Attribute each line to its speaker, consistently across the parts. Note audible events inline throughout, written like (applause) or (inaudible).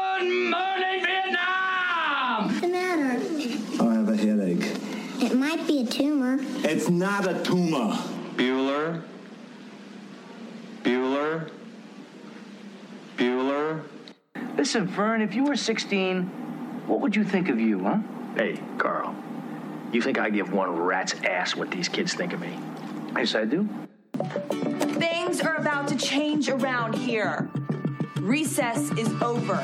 Speaker 1: morning, Vietnam!
Speaker 2: the matter?
Speaker 3: I have a headache.
Speaker 2: It might be a tumor.
Speaker 3: It's not a tumor.
Speaker 4: Bueller. Bueller. Bueller.
Speaker 5: Listen, Vern, if you were 16, what would you think of you, huh?
Speaker 6: Hey, Carl, you think I give one rat's ass what these kids think of me?
Speaker 5: Yes, I do.
Speaker 7: Things are about to change around here. Recess is over.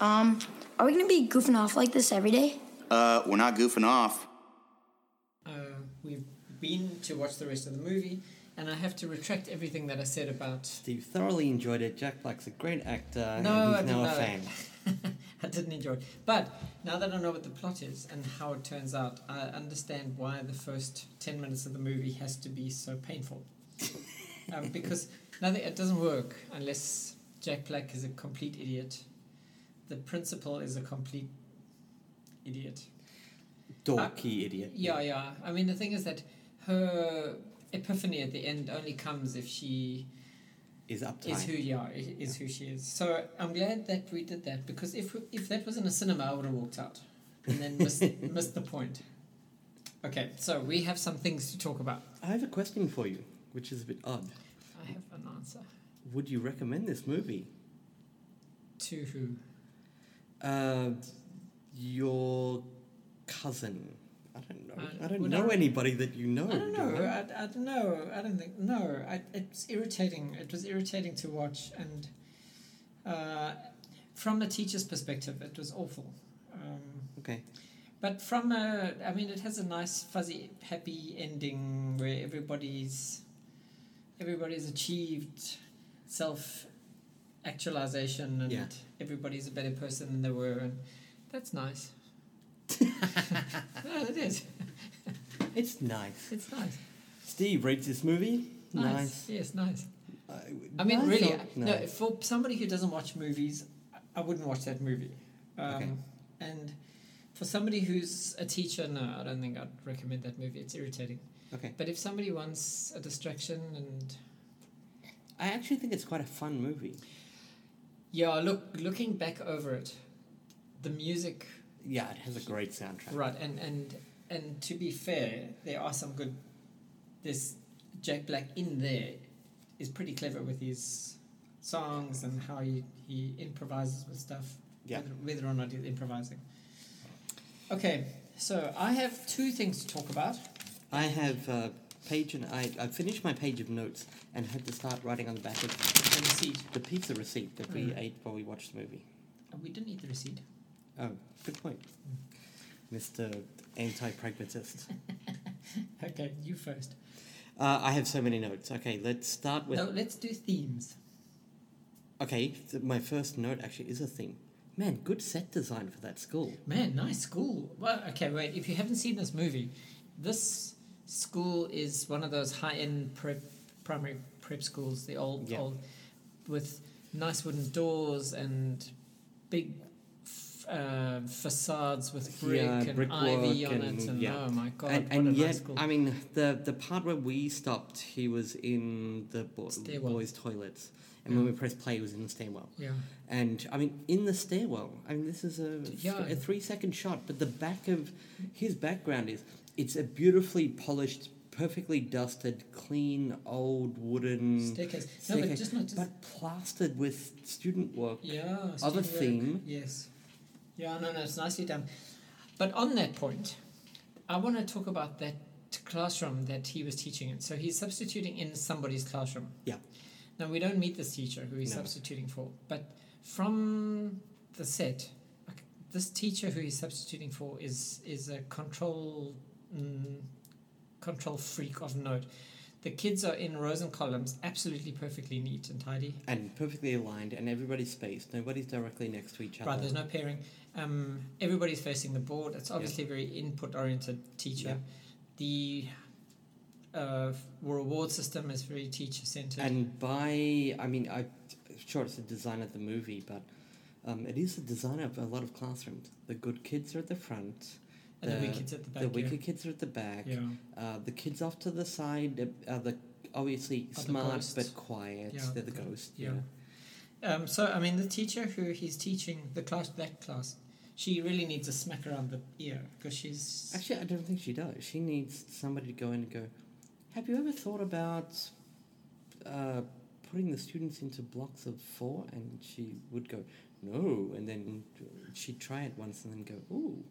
Speaker 8: Um, are we gonna be goofing off like this every day?
Speaker 9: Uh, we're not goofing off.
Speaker 10: Um, we've been to watch the rest of the movie, and I have to retract everything that I said about.
Speaker 11: Steve thoroughly enjoyed it. Jack Black's a great actor,
Speaker 10: No,
Speaker 11: and
Speaker 10: I
Speaker 11: he's
Speaker 10: didn't.
Speaker 11: now a
Speaker 10: know.
Speaker 11: fan.
Speaker 10: (laughs) I didn't enjoy it. But now that I know what the plot is and how it turns out, I understand why the first 10 minutes of the movie has to be so
Speaker 11: (laughs)
Speaker 10: painful. um, because nothing, it doesn't work unless Jack Black is a complete idiot. The principal is a complete idiot. Uh,
Speaker 11: Dorky idiot.
Speaker 10: Yeah, yeah. I mean, the thing is that her epiphany at the end only comes if she
Speaker 11: Is uptight.
Speaker 10: is who yeah i- is who she is. So I'm glad that we did that because if we- if that was in a cinema, I would have walked out and then (laughs) missed, missed the point. Okay, so we have some things to talk about.
Speaker 11: I have a question for you, which is a bit odd.
Speaker 10: I have an answer
Speaker 11: Would you recommend this movie?
Speaker 10: to who?
Speaker 11: Uh, your cousin. I don't know.
Speaker 10: I-
Speaker 11: I, don't
Speaker 10: Uh, would
Speaker 11: know
Speaker 10: I-
Speaker 11: anybody that you know.
Speaker 10: I don't
Speaker 11: Oh, do
Speaker 10: know. I, I don't know. I don't think no. I, it's irritating. It was irritating to watch, and uh, from the teacher's perspective, it was awful. Um,
Speaker 11: Okay.
Speaker 10: But from a, I mean, it has a nice fuzzy, happy ending where everybody's, everybody's achieved self actualization and
Speaker 11: Yeah.
Speaker 10: everybody's a better person than they were, and that's nice. (laughs)
Speaker 11: (laughs)
Speaker 10: no, it is.
Speaker 11: It's nice.
Speaker 10: It's nice.
Speaker 11: Steve rates this movie.
Speaker 10: Nice.
Speaker 11: Nice.
Speaker 10: Yes, nice.
Speaker 11: Uh,
Speaker 10: I mean,
Speaker 11: nice
Speaker 10: really,
Speaker 11: or-
Speaker 10: I- no. For somebody who doesn't watch movies, I- I wouldn't watch that movie. Um,
Speaker 11: Okay.
Speaker 10: And for somebody who's a teacher, no, I don't think I'd recommend that movie. It's irritating.
Speaker 11: Okay.
Speaker 10: But if somebody wants a distraction and
Speaker 11: I actually think it's quite a fun movie.
Speaker 10: yeah, look, looking back over it, the music,
Speaker 11: Yeah, it has a great soundtrack.
Speaker 10: right? And and and to be fair, there are some good. There's Jack Black in there is pretty clever with his songs and how he, he improvises with stuff.
Speaker 11: Yeah.
Speaker 10: Whether, whether or not he's improvising. Okay, so I have two things to talk about.
Speaker 11: I have a page and I, I finished my page of notes and had to start writing on the back of
Speaker 10: The receipt.
Speaker 11: the pizza receipt that we
Speaker 10: Mm.
Speaker 11: ate while we watched the movie.
Speaker 10: We didn't eat the receipt.
Speaker 11: Oh, good point. Mr. Anti
Speaker 10: (laughs)
Speaker 11: Pragmatist.
Speaker 10: Okay, you first.
Speaker 11: Uh, I have so many notes. Okay, let's start with.
Speaker 10: no, let's do themes.
Speaker 11: Okay, th- my first note actually is a theme. Man, good set design for that school.
Speaker 10: Man, nice school. Well, okay, wait. If you haven't seen this movie, this school is one of those high-end prep, primary prep schools. The old,
Speaker 11: Yeah.
Speaker 10: old, with nice wooden doors and big f- uh, facades with brick
Speaker 11: Yeah,
Speaker 10: and
Speaker 11: brickwork
Speaker 10: ivy on
Speaker 11: and-
Speaker 10: it. And
Speaker 11: yeah.
Speaker 10: oh my god,
Speaker 11: and
Speaker 10: what
Speaker 11: and
Speaker 10: a
Speaker 11: yet,
Speaker 10: nice school.
Speaker 11: I mean, the the part where we stopped, he was in the bo-
Speaker 10: Stairwell.
Speaker 11: boys' toilets, and when we pressed play, he was in the stairwell.
Speaker 10: yeah,
Speaker 11: And I mean, in the stairwell, I mean, this is a,
Speaker 10: Yeah.
Speaker 11: a three second shot, but the back of his background is it's a beautifully polished, perfectly dusted, clean, old wooden
Speaker 10: staircase. No, but
Speaker 11: staircase,
Speaker 10: just not just
Speaker 11: but plastered with student work.
Speaker 10: Yeah.
Speaker 11: Other
Speaker 10: student work.
Speaker 11: theme.
Speaker 10: Yes. Yeah, no, no, it's nicely done. But on that point, I want to talk about that classroom that he was teaching in. So he's substituting in somebody's classroom.
Speaker 11: Yeah.
Speaker 10: Now we don't meet this teacher who he's
Speaker 11: No.
Speaker 10: substituting for, but from the set, like, this teacher who he's substituting for is is a control mm, control freak of note. The kids are in rows and columns, absolutely perfectly neat and tidy.
Speaker 11: And perfectly aligned, and everybody's spaced. Nobody's directly next to each other.
Speaker 10: Right, there's no pairing. Um, everybody's facing the board. It's obviously a very input oriented teacher. The uh, f- reward system is very teacher centered.
Speaker 11: And by, I mean, I, sure, it's the design of the movie, but um, it is the design of a lot of classrooms. The good kids are at the front.
Speaker 10: And the weak kids at the back,
Speaker 11: The
Speaker 10: yeah.
Speaker 11: wicked kids are at the back.
Speaker 10: Yeah.
Speaker 11: Uh, the kids off to the side are- are the obviously
Speaker 10: Are the
Speaker 11: smart
Speaker 10: ghosts.
Speaker 11: but quiet.
Speaker 10: Yeah.
Speaker 11: They're the ghosts.
Speaker 10: Yeah. Um, so I mean, the teacher who he's teaching the class, that class, she really needs a smack around the ear because she's
Speaker 11: Actually, I don't think she does. She needs somebody to go in and go, Have you ever thought about uh, putting the students into blocks of four? And she would go, No. And then she'd try it once and then go, Ooh.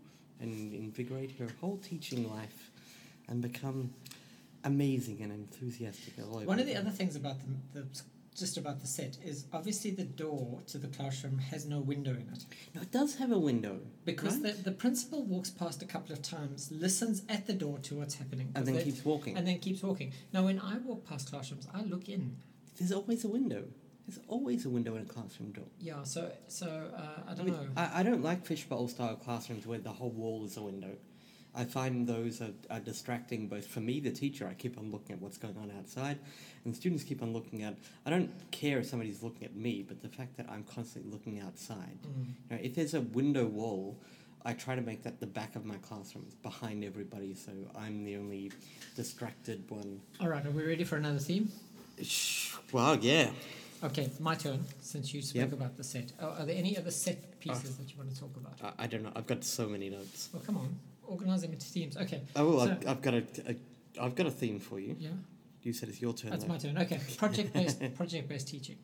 Speaker 11: And invigorate her whole teaching life and become amazing and enthusiastic all over
Speaker 10: One of the
Speaker 11: again.
Speaker 10: other things about the, the just about the set is obviously the door to the classroom has no window in it
Speaker 11: No, it does have a window.
Speaker 10: because
Speaker 11: right?
Speaker 10: the, the principal walks past a couple of times, listens at the door to what's happening, 'cause
Speaker 11: And then
Speaker 10: they-
Speaker 11: keeps walking.
Speaker 10: and then keeps walking. Now, when I walk past classrooms, I look in.
Speaker 11: There's always a window. There's always a window in a classroom door.
Speaker 10: Yeah, so so uh, I
Speaker 11: I
Speaker 10: don't
Speaker 11: mean,
Speaker 10: know.
Speaker 11: I, I don't like fishbowl style classrooms where the whole wall is a window. I find those are, are distracting both for me, the teacher, I keep on looking at what's going on outside, and students keep on looking at. I don't care if somebody's looking at me, but the fact that I'm constantly looking outside. You know, if there's a window wall, I try to make that the back of my classroom, it's behind everybody, so I'm the only distracted one.
Speaker 10: All right, are we ready for another theme?
Speaker 11: Shh, Well, yeah.
Speaker 10: Okay, my turn. Since you spoke
Speaker 11: Yep. Ah.
Speaker 10: about the set, oh, are there any other set pieces that you want to talk about?
Speaker 11: I, I don't know. I've got so many notes.
Speaker 10: Well, come on, organize them into themes. Okay.
Speaker 11: Oh, well,
Speaker 10: so-
Speaker 11: I've, I've got a, a, I've got a theme for you.
Speaker 10: yeah,
Speaker 11: You said it's your turn.
Speaker 10: that's
Speaker 11: though.
Speaker 10: my turn.
Speaker 11: (laughs)
Speaker 10: Okay, project based project based teaching.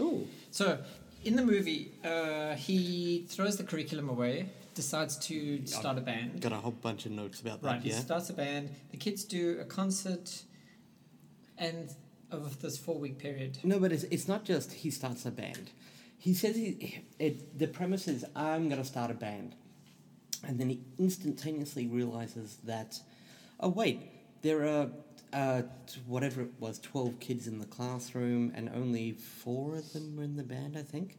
Speaker 11: Oh,
Speaker 10: So, in the movie, uh, he throws the curriculum away, decides to start a band.
Speaker 11: got a whole bunch of notes about that.
Speaker 10: Right,
Speaker 11: yeah.
Speaker 10: he starts a band. The kids do a concert, and over this four week period,
Speaker 11: no, but it's, it's not just he starts a band. He says he, it, the premise is I'm gonna start a band, and then he instantaneously realizes that, oh wait, there are uh, t- whatever it was, twelve kids in the classroom, and only four of them were in the band, I think.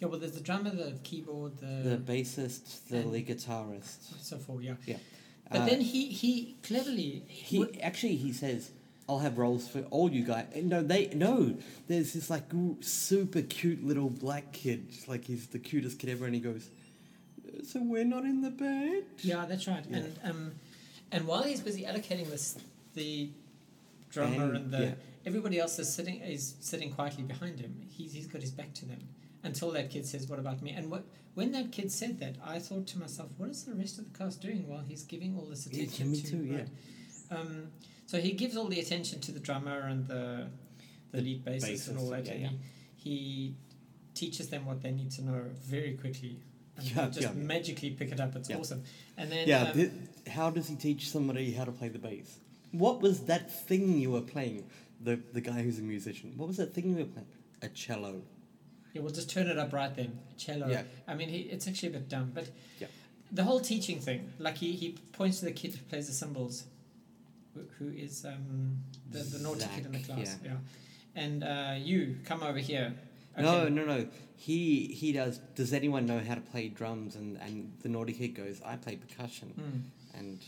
Speaker 10: yeah. Well, there's the drummer, the keyboard, the,
Speaker 11: The bassist, the lead guitarist.
Speaker 10: so forth. Yeah.
Speaker 11: Yeah.
Speaker 10: But
Speaker 11: Uh,
Speaker 10: then he he cleverly
Speaker 11: He actually he says, "I'll have rolls for all you guys." And no, they no. There's this like gr- super cute little black kid, just like he's the cutest kid ever, and he goes, "Uh, "So we're not in the band."
Speaker 10: Yeah, that's right. And um, and while he's busy allocating this, the drummer
Speaker 11: And-
Speaker 10: and, the
Speaker 11: yeah.
Speaker 10: everybody else is sitting is sitting quietly behind him. He's he's got his back to them until that kid says, "What about me?" And what when that kid said that, I thought to myself, "What is the rest of the class doing while he's giving all this
Speaker 11: Yeah,
Speaker 10: attention
Speaker 11: me
Speaker 10: to?"
Speaker 11: too, yeah.
Speaker 10: right? Um, so he gives all the attention to the drummer and the the,
Speaker 11: The
Speaker 10: lead bassist and
Speaker 11: bassist,
Speaker 10: all that,
Speaker 11: yeah,
Speaker 10: and
Speaker 11: yeah.
Speaker 10: He, he teaches them what they need to know very quickly. And they
Speaker 11: Yeah,
Speaker 10: just
Speaker 11: yeah.
Speaker 10: magically pick it up. It's
Speaker 11: Yeah.
Speaker 10: awesome. And then
Speaker 11: Yeah.
Speaker 10: um,
Speaker 11: thi- how does he teach somebody how to play the bass? What was that thing you were playing? The the guy who's a musician. What was that thing you were playing? A cello.
Speaker 10: Yeah, we'll just turn it up right then. Cello.
Speaker 11: Yeah.
Speaker 10: I mean, he, it's actually a bit dumb, but
Speaker 11: Yeah.
Speaker 10: the whole teaching thing, like he, he points to the kid who plays the cymbals, wh- who is um, the, the naughty kid in the
Speaker 11: Zach,
Speaker 10: class. Yeah. And uh, you, come over here.
Speaker 11: No, no, no. He he does. Does anyone know how to play drums? And and the naughty kid goes, I play percussion.
Speaker 10: Hmm.
Speaker 11: And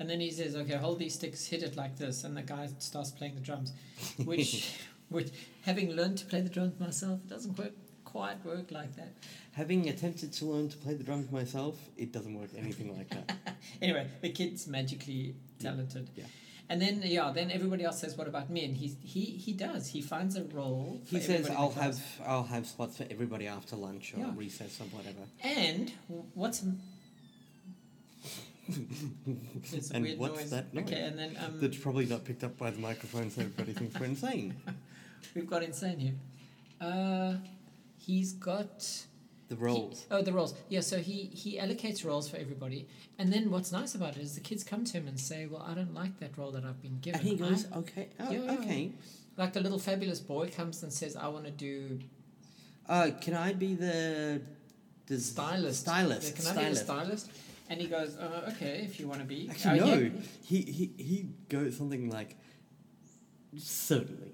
Speaker 10: And then he says, okay, hold these sticks, hit it like this. And the guy starts playing the drums,
Speaker 11: (laughs)
Speaker 10: which, which having learned to play the drums myself, it doesn't quite, quite work like that.
Speaker 11: having attempted to learn to play the drums myself, it doesn't work anything like that.
Speaker 10: (laughs) anyway, the kid's magically talented.
Speaker 11: yeah.
Speaker 10: And then yeah, then everybody else says, "What about me?" And he he he does. He finds a role.
Speaker 11: He
Speaker 10: for
Speaker 11: says,
Speaker 10: everybody in the
Speaker 11: I'll
Speaker 10: class."
Speaker 11: have I'll have spots for everybody after lunch or
Speaker 10: Yeah.
Speaker 11: recess or whatever.
Speaker 10: And w- what's it's a
Speaker 11: And
Speaker 10: weird
Speaker 11: what's
Speaker 10: noise.
Speaker 11: that noise?
Speaker 10: Okay, and then um,
Speaker 11: That's probably not picked up by the microphone, so everybody thinks we're
Speaker 10: (laughs)
Speaker 11: insane.
Speaker 10: we've got insane here. Uh, he's got.
Speaker 11: The
Speaker 10: He-
Speaker 11: roles.
Speaker 10: oh, the roles. Yeah, so he he allocates roles for everybody, and then what's nice about it is the kids come to him and say, "Well, I don't like that role that I've been given."
Speaker 11: And he goes,
Speaker 10: I-
Speaker 11: okay, oh,
Speaker 10: Yeah.
Speaker 11: okay.
Speaker 10: Like the little fabulous boy comes and says, "I want to do
Speaker 11: Uh, can I be the, the
Speaker 10: stylist.
Speaker 11: Stylist.
Speaker 10: Can I be a
Speaker 11: stylist.
Speaker 10: stylist? And he goes, uh, okay, if you want to be.
Speaker 11: Actually,
Speaker 10: Uh,
Speaker 11: no.
Speaker 10: yeah.
Speaker 11: He, he he goes something like,
Speaker 10: (laughs)
Speaker 11: certainly.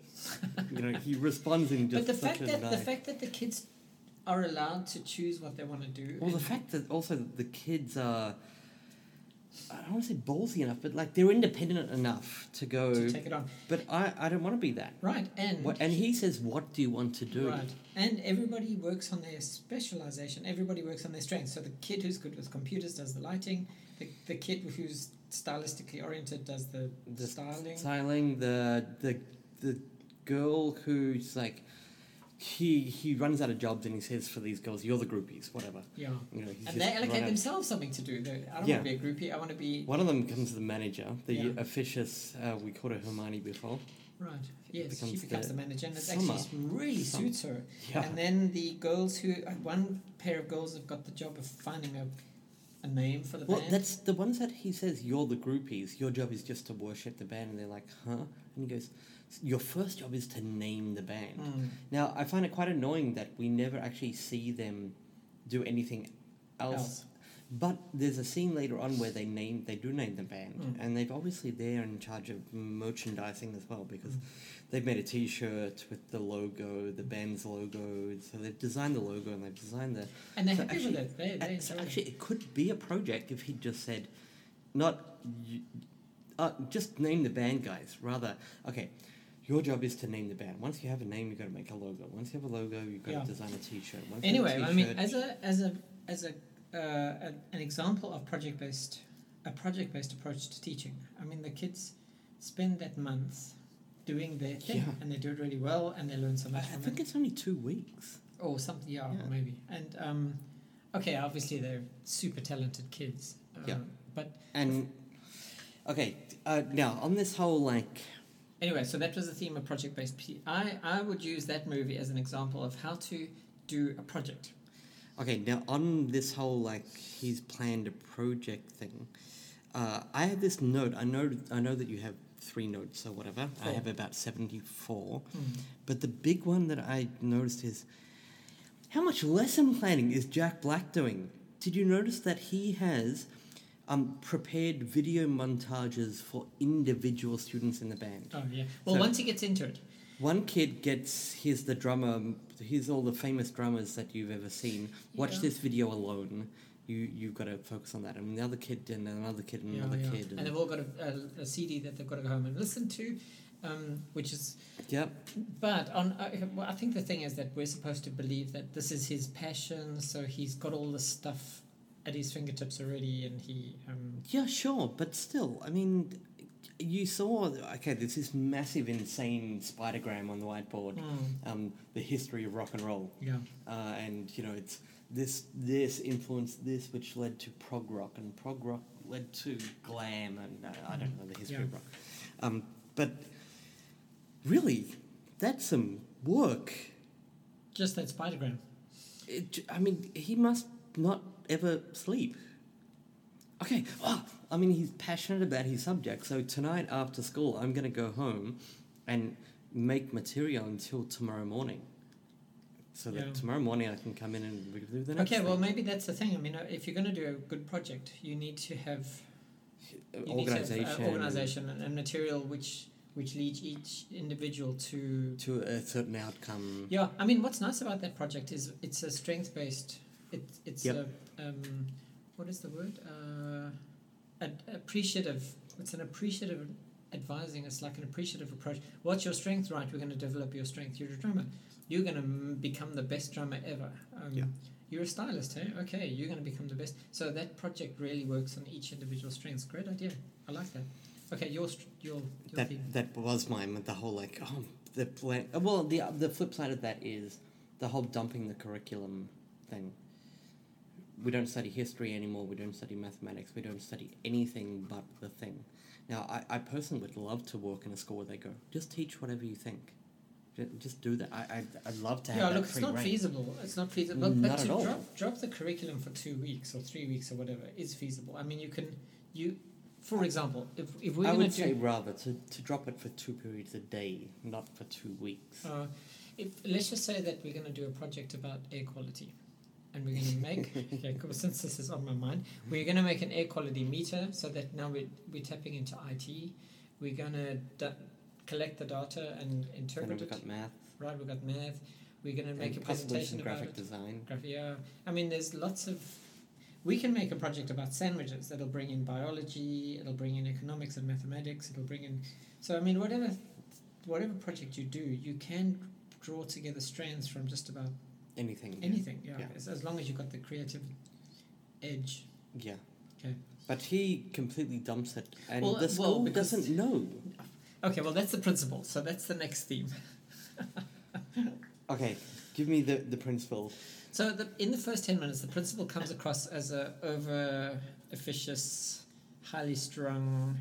Speaker 11: you know, he responds in just
Speaker 10: But the
Speaker 11: such
Speaker 10: fact
Speaker 11: a
Speaker 10: that the
Speaker 11: nice-
Speaker 10: fact that the kids are allowed to choose what they want to do.
Speaker 11: Well, the
Speaker 10: and-
Speaker 11: fact that also the kids are. I don't want to say ballsy enough, but like they're independent enough to go.
Speaker 10: To take it on.
Speaker 11: But I, I don't want to be that.
Speaker 10: right, and
Speaker 11: What, and he says, "What do you want to do?"
Speaker 10: right, and everybody works on their specialization. Everybody works on their strengths. So the kid who's good with computers does the lighting. The, the kid who's stylistically oriented does the,
Speaker 11: The
Speaker 10: styling.
Speaker 11: styling. The the the girl who's like he he runs out of jobs and he says for these girls, "You're the groupies, whatever."
Speaker 10: Yeah.
Speaker 11: You know, he's
Speaker 10: and
Speaker 11: just
Speaker 10: they
Speaker 11: run
Speaker 10: allocate
Speaker 11: out-
Speaker 10: themselves something to do. They- I don't
Speaker 11: Yeah.
Speaker 10: want to be a groupie. I want to be
Speaker 11: One of them becomes the manager, the
Speaker 10: Yeah.
Speaker 11: officious. Uh, we called her Hermione before.
Speaker 10: Right. Yes, she
Speaker 11: becomes
Speaker 10: becomes
Speaker 11: the
Speaker 10: the, manager, and it
Speaker 11: summer.
Speaker 10: actually really
Speaker 11: Summer.
Speaker 10: suits her.
Speaker 11: Yeah.
Speaker 10: And then the girls who uh, one pair of girls have got the job of finding a, a name for the
Speaker 11: Well,
Speaker 10: band.
Speaker 11: that's the ones that he says, You're the groupies. Your job is just to worship the band. And they're like, Huh? And he goes, Your first job is to name the band.
Speaker 10: Hmm.
Speaker 11: Now, I find it quite annoying that we never actually see them do anything else.
Speaker 10: Else.
Speaker 11: But there's a scene later on where they name they do name the band,
Speaker 10: Hmm.
Speaker 11: and they've obviously they're in charge of merchandising as well because
Speaker 10: Hmm.
Speaker 11: they've made a T-shirt with the logo, the band's logo. So they've designed the logo and they've designed the
Speaker 10: And they're
Speaker 11: so
Speaker 10: happy with
Speaker 11: actually-
Speaker 10: it. They-
Speaker 11: a-
Speaker 10: they
Speaker 11: so
Speaker 10: enjoy it.
Speaker 11: actually, it could be a project if he just said, not, y- uh, just name the band, guys. Rather, okay, your job is to name the band. Once you have a name, you've got to make a logo. Once you have a logo, you've got
Speaker 10: Yeah.
Speaker 11: to design a T-shirt. Once you have a
Speaker 10: anyway, I mean,
Speaker 11: t-shirt-
Speaker 10: as a as a as a, uh, a an example of project based a project based approach to teaching. I mean, the kids spend that month doing their thing,
Speaker 11: Yeah.
Speaker 10: and they do it really well, and they learn so
Speaker 11: I
Speaker 10: much
Speaker 11: I
Speaker 10: from
Speaker 11: think
Speaker 10: it,
Speaker 11: it's only two weeks.
Speaker 10: or something. Yeah,
Speaker 11: Yeah.
Speaker 10: maybe. And um, okay, obviously they're super talented kids.
Speaker 11: Yeah.
Speaker 10: um, But
Speaker 11: And okay, uh, now on this whole like,
Speaker 10: Anyway, so that was the theme of project based P. I, I would use that movie as an example of how to do a project.
Speaker 11: okay, now on this whole like, he's planned a project thing. Uh, I have this note. I know. I know that you have three notes or whatever. I have about seventy-four. But the big one that I noticed is how much lesson planning is Jack Black doing? Did you notice that he has um, prepared video montages for individual students in the band?
Speaker 10: Oh yeah. Well,
Speaker 11: So-
Speaker 10: once he gets into it,
Speaker 11: One kid gets here's the drummer, here's all the famous drummers that you've ever seen. Watch
Speaker 10: Yeah.
Speaker 11: this video alone. You you've got to focus on that. And the other kid, and another kid, and
Speaker 10: yeah,
Speaker 11: another
Speaker 10: yeah.
Speaker 11: kid.
Speaker 10: and they've all got a, a, a CD that they've got to go home and listen to, um, which is.
Speaker 11: yep.
Speaker 10: But on, uh, well, I think the thing is that we're supposed to believe that this is his passion, so he's got all this stuff at his fingertips already, and he. Um,
Speaker 11: Yeah, sure, but still, I mean, you saw okay. There's this massive, insane spidergram on the whiteboard. Um, the history of rock and roll.
Speaker 10: Hmm. Yeah.
Speaker 11: Uh, and you know, it's this this influenced this, which led to prog rock, and prog rock led to glam, and uh, I don't know the history of
Speaker 10: Yeah.
Speaker 11: rock. Um, but really, that's some work.
Speaker 10: just that spidergram.
Speaker 11: It, j- I mean, he must not ever sleep. Okay, well, I mean, he's passionate about his subject, so tonight after school, I'm going to go home and make material until tomorrow morning. So that
Speaker 10: Yeah.
Speaker 11: tomorrow morning I can come in and we can do the next
Speaker 10: Okay, well,
Speaker 11: thing.
Speaker 10: maybe that's the thing. I mean, uh, if you're going to do a good project, you need to have you need to have, uh,
Speaker 11: organization.
Speaker 10: organization and, and material which which leads each individual to
Speaker 11: To a certain outcome.
Speaker 10: yeah i mean what's nice about that project is it's a strength based it, it's
Speaker 11: Yep.
Speaker 10: a um, what is the word uh, ad- appreciative it's an appreciative advising it's like an appreciative approach what's your strength right we're going to develop your strength you're a drummer you're going to m- become the best drummer ever um,
Speaker 11: Yeah.
Speaker 10: you're a stylist hey okay you're going to become the best so that project really works on each individual strengths great idea i like that okay your str- your, your
Speaker 11: that
Speaker 10: theme.
Speaker 11: that was mine with the whole like oh the plan uh, well the the flip side of that is the whole dumping the curriculum thing we don't study history anymore we don't study mathematics we don't study anything but the thing now i, I personally would love to work in a school where they go just teach whatever you think Ju- just do that i i i'd love to have
Speaker 10: Yeah,
Speaker 11: that
Speaker 10: look, it's
Speaker 11: free
Speaker 10: not
Speaker 11: reign.
Speaker 10: feasible. It's not feasible. But,
Speaker 11: Not
Speaker 10: but
Speaker 11: at
Speaker 10: to
Speaker 11: all.
Speaker 10: drop drop the curriculum for two weeks or three weeks or whatever is feasible. I mean, you can you, for example, if if we're
Speaker 11: i
Speaker 10: gonna
Speaker 11: would
Speaker 10: do,
Speaker 11: say rather to, to drop it for two periods a day not for two weeks
Speaker 10: uh, if let's just say that we're gonna do a project about air quality, and we're gonna
Speaker 11: (laughs)
Speaker 10: make (laughs) okay, cool, since this is on my mind, we're gonna make an air quality meter so that now we're we're tapping into IT. We're gonna da- collect the data and
Speaker 11: and then
Speaker 10: interpret
Speaker 11: we've
Speaker 10: it.
Speaker 11: got math
Speaker 10: Right, we've got math. We're gonna make a
Speaker 11: and possibly
Speaker 10: presentation
Speaker 11: some
Speaker 10: about
Speaker 11: graphic
Speaker 10: it.
Speaker 11: design
Speaker 10: Graph- Yeah, I mean, there's lots of. We can make a project about sandwiches that'll bring in biology, it'll bring in economics and mathematics, it'll bring in. So I mean, whatever, whatever project you do, you can draw together strands from just about
Speaker 11: anything yeah.
Speaker 10: anything. Yeah,
Speaker 11: Yeah.
Speaker 10: As, as long as you've got the creative edge.
Speaker 11: Yeah.
Speaker 10: Okay.
Speaker 11: But he completely dumps it, and
Speaker 10: Well,
Speaker 11: the
Speaker 10: uh, well,
Speaker 11: school
Speaker 10: because-
Speaker 11: doesn't know.
Speaker 10: (laughs) Okay, well that's the principle. So that's the next theme.
Speaker 11: Okay, give me the, the principal.
Speaker 10: So the, in the first ten minutes, the principal comes across as a over officious, highly strung,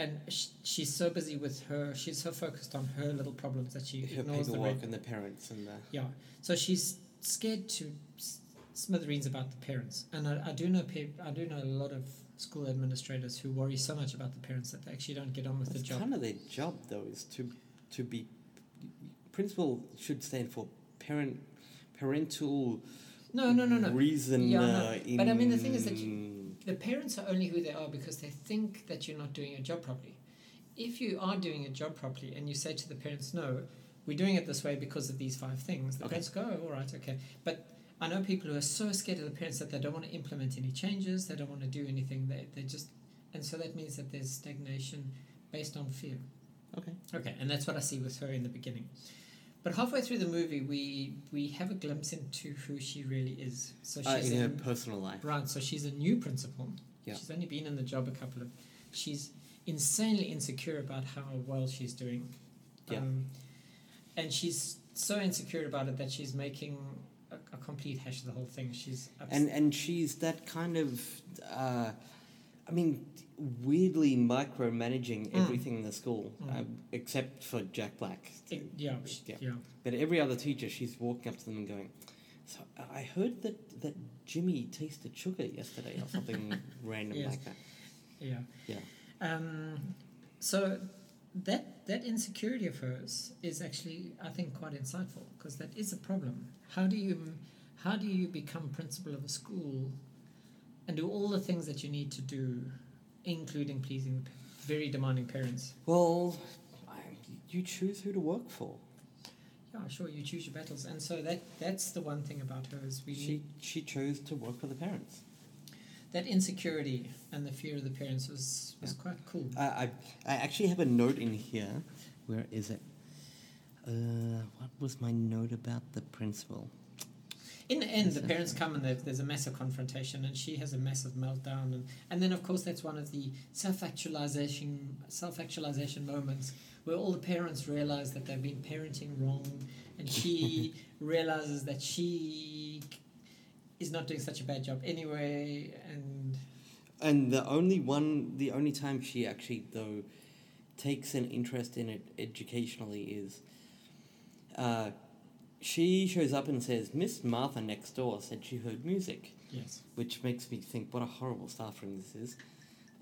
Speaker 10: and sh- she's so busy with her, she's so focused on her little problems that she
Speaker 11: Her
Speaker 10: ignores the
Speaker 11: paperwork
Speaker 10: reg-
Speaker 11: and the parents and the.
Speaker 10: yeah. So she's scared to s- smithereens about the parents, and I, I do know pe- I do know a lot of school administrators who worry so much about the parents that they actually don't get on with the
Speaker 11: It's
Speaker 10: job.
Speaker 11: kind of their job though is to to be principal should stand for parent parental
Speaker 10: no, no, no, no.
Speaker 11: reason.
Speaker 10: Yeah, I
Speaker 11: uh,
Speaker 10: know. But I mean, the thing is that you-
Speaker 11: in-
Speaker 10: The parents are only who they are because they think that you're not doing your job properly. If you are doing your job properly and you say to the parents, no, we're doing it this way because of these five things, the
Speaker 11: Okay.
Speaker 10: parents go, "Oh, all right, okay. But I know people who are so scared of the parents that they don't want to implement any changes, they don't want to do anything, they, they just. And so that means that there's stagnation based on fear.
Speaker 11: okay.
Speaker 10: Okay, and that's what I see with her in the beginning. But halfway through the movie, we we have a glimpse into who she really is. So
Speaker 11: Uh,
Speaker 10: she's
Speaker 11: in her
Speaker 10: in-
Speaker 11: personal life.
Speaker 10: Right, so she's a new principal.
Speaker 11: Yeah.
Speaker 10: She's only been in the job a couple of. She's insanely insecure about how well she's doing.
Speaker 11: Yeah.
Speaker 10: Um, and she's so insecure about it that she's making a, a complete hash of the whole thing. She's ups-
Speaker 11: And and she's that kind of, uh, I mean, weirdly
Speaker 10: Hmm.
Speaker 11: micromanaging everything in the school, uh, except for Jack Black.
Speaker 10: it- yeah, she-
Speaker 11: Yeah.
Speaker 10: yeah.
Speaker 11: But every other teacher, she's walking up to them and going, "So uh, I- I heard that that Jimmy tasted sugar yesterday or something random
Speaker 10: Yes.
Speaker 11: like that."
Speaker 10: Yeah.
Speaker 11: Yeah.
Speaker 10: Um, so that that insecurity of hers is actually, I think, quite insightful because that is a problem. How do you how do you become principal of a school and do all the things that you need to do, including pleasing the p- very demanding parents?
Speaker 11: Well, I- you choose who to work for.
Speaker 10: Yeah, sure. You choose your battles, and so that that's the one thing about her is we
Speaker 11: She she chose to work for the parents.
Speaker 10: that insecurity and the fear of the parents was was quite cool.
Speaker 11: I I, I actually have a note in here. Where is it? Uh, what was my note about the principal?
Speaker 10: In the end, the parents come and there- there's a massive confrontation, and she has a massive meltdown, and, and then of course that's one of the self-actualization self-actualization moments where all the parents realize that they've been parenting wrong, and she realizes that she is not doing such a bad job anyway, and
Speaker 11: And the only one, the only time she actually though takes an interest in it educationally is, uh, she shows up and says, "Miss Martha next door said she heard music,"
Speaker 10: yes,
Speaker 11: which makes me think what a horrible staff room this is.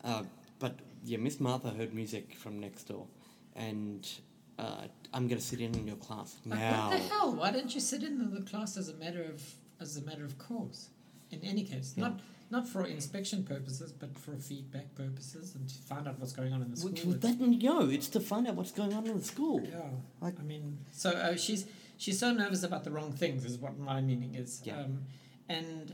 Speaker 11: Uh, but yeah, Miss Martha heard music from next door, and uh, I'm gonna sit in on your class
Speaker 10: like, (laughs)
Speaker 11: now.
Speaker 10: what the hell? Why don't you sit in the class as a matter of as a matter of course? In any case, not. Not for inspection purposes, but for feedback purposes and to find out what's going on in the school.
Speaker 11: Which was that? No, it's to find out what's going on in the school.
Speaker 10: Yeah,
Speaker 11: Like-
Speaker 10: I mean, so uh, she's she's so nervous about the wrong things is what my meaning is.
Speaker 11: Yeah.
Speaker 10: Um, and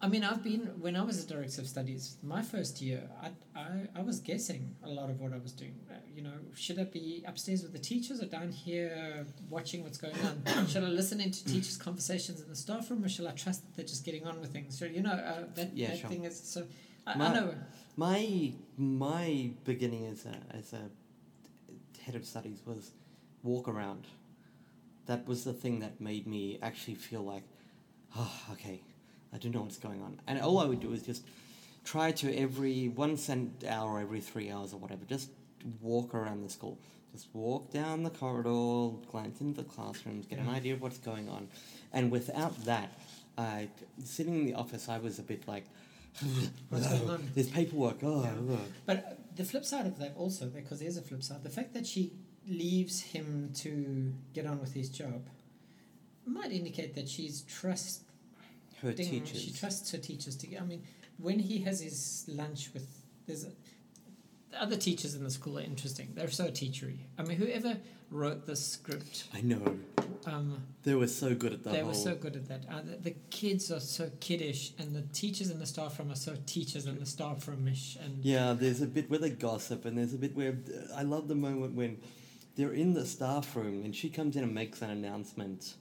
Speaker 10: I mean, I've been when I was a director of studies, my first year, I, I I was guessing a lot of what I was doing. Uh, you know, should I be upstairs with the teachers or down here watching what's going
Speaker 11: (coughs)
Speaker 10: on? should I listen into teachers' conversations in the staff room, or shall I trust that they're just getting on with things? So you know, uh, that
Speaker 11: Yeah,
Speaker 10: that
Speaker 11: sure.
Speaker 10: thing is so. I, I
Speaker 11: My-
Speaker 10: know.
Speaker 11: My my beginning as a as a head of studies was walk around. That was the thing that made me actually feel like, oh, okay, I do know what's going on. And all I would do is just try to every once an hour, every three hours or whatever, just walk around the school. Just walk down the corridor, glance into the classrooms, get an idea of what's going on. And without that, I sitting in the office, I was a bit like, (sighs)
Speaker 10: What's going on?
Speaker 11: there's paperwork. Oh, oh.
Speaker 10: But uh, the flip side of that also, because there's a flip side, the fact that she leaves him to get on with his job might indicate that she's trusting.
Speaker 11: her
Speaker 10: She
Speaker 11: teachers.
Speaker 10: trusts her teachers to get. I mean, when he has his lunch with there's a, the other teachers in the school are interesting. They're so teachery. I mean, whoever wrote this script,
Speaker 11: I know
Speaker 10: um,
Speaker 11: they were so good at the
Speaker 10: they
Speaker 11: whole.
Speaker 10: were so good at that. Uh, the, the kids are so kiddish, and the teachers in the staff room are so teachers in the staff roomish, and
Speaker 11: Yeah, there's a bit where they gossip, and there's a bit where I love the moment when they're in the staff room and she comes in and makes an announcement,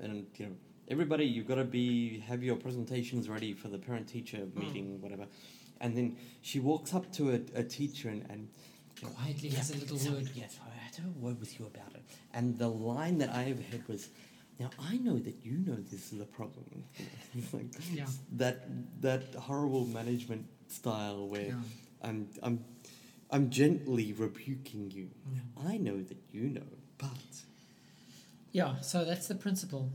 Speaker 11: and you know everybody, you've got to be have your presentations ready for the
Speaker 10: Mm.
Speaker 11: parent teacher meeting, whatever, and then she walks up to a, a teacher and, and teacher.
Speaker 10: Quietly has a little
Speaker 11: So,
Speaker 10: word.
Speaker 11: Yes, I had to have a word with you about it. And the line that I overheard was, "Now I know that you know this is a problem." (laughs) It's like,
Speaker 10: Yeah.
Speaker 11: That that horrible management style where
Speaker 10: Yeah.
Speaker 11: I'm I'm I'm gently rebuking you. I know that you know, but
Speaker 10: Yeah, so that's the principle.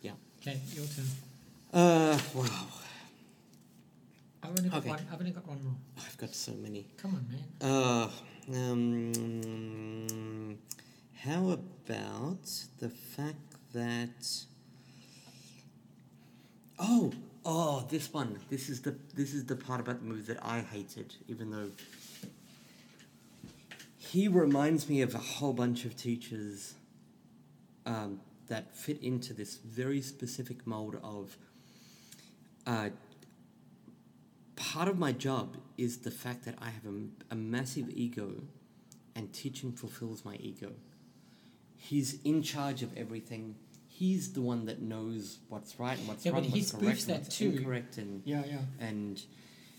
Speaker 11: yeah.
Speaker 10: Okay, your turn.
Speaker 11: Uh, wow,
Speaker 10: I've only got
Speaker 11: Okay.
Speaker 10: one. I've only got one more.
Speaker 11: I've got so many.
Speaker 10: Come on, man.
Speaker 11: Uh, um, how about the fact that? Oh, oh, this one. This is the this is the part about the movie that I hated, even though he reminds me of a whole bunch of teachers um, that fit into this very specific mold of. Uh, part of my job is the fact that I have a, a massive ego and teaching fulfills my ego. He's in charge of everything. He's the one that knows what's right and what's
Speaker 10: Yeah,
Speaker 11: wrong,
Speaker 10: but he
Speaker 11: what's
Speaker 10: spoofs
Speaker 11: correct,
Speaker 10: that
Speaker 11: and what's
Speaker 10: too.
Speaker 11: incorrect, and
Speaker 10: Yeah, yeah.
Speaker 11: and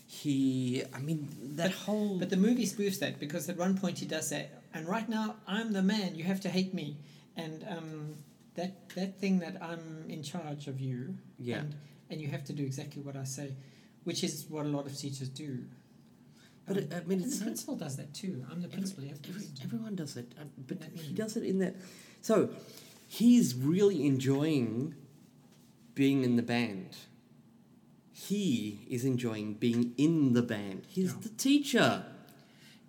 Speaker 11: he. I mean, that
Speaker 10: But-
Speaker 11: whole.
Speaker 10: But the movie spoofs that because at one point he does say, "And right now I'm the man. You have to hate me." And um, that that thing that I'm in charge of you.
Speaker 11: Yeah.
Speaker 10: And, and you have to do exactly what I say, which is what a lot of teachers do.
Speaker 11: but it, I mean,
Speaker 10: And
Speaker 11: it's
Speaker 10: the
Speaker 11: so
Speaker 10: principal does that too. I'm the principal. You have to
Speaker 11: Every-
Speaker 10: listen to me.
Speaker 11: everyone does it, uh, but he does it in that. So he's really enjoying being in the band. He is enjoying being in the band. He's
Speaker 10: Yeah.
Speaker 11: the teacher.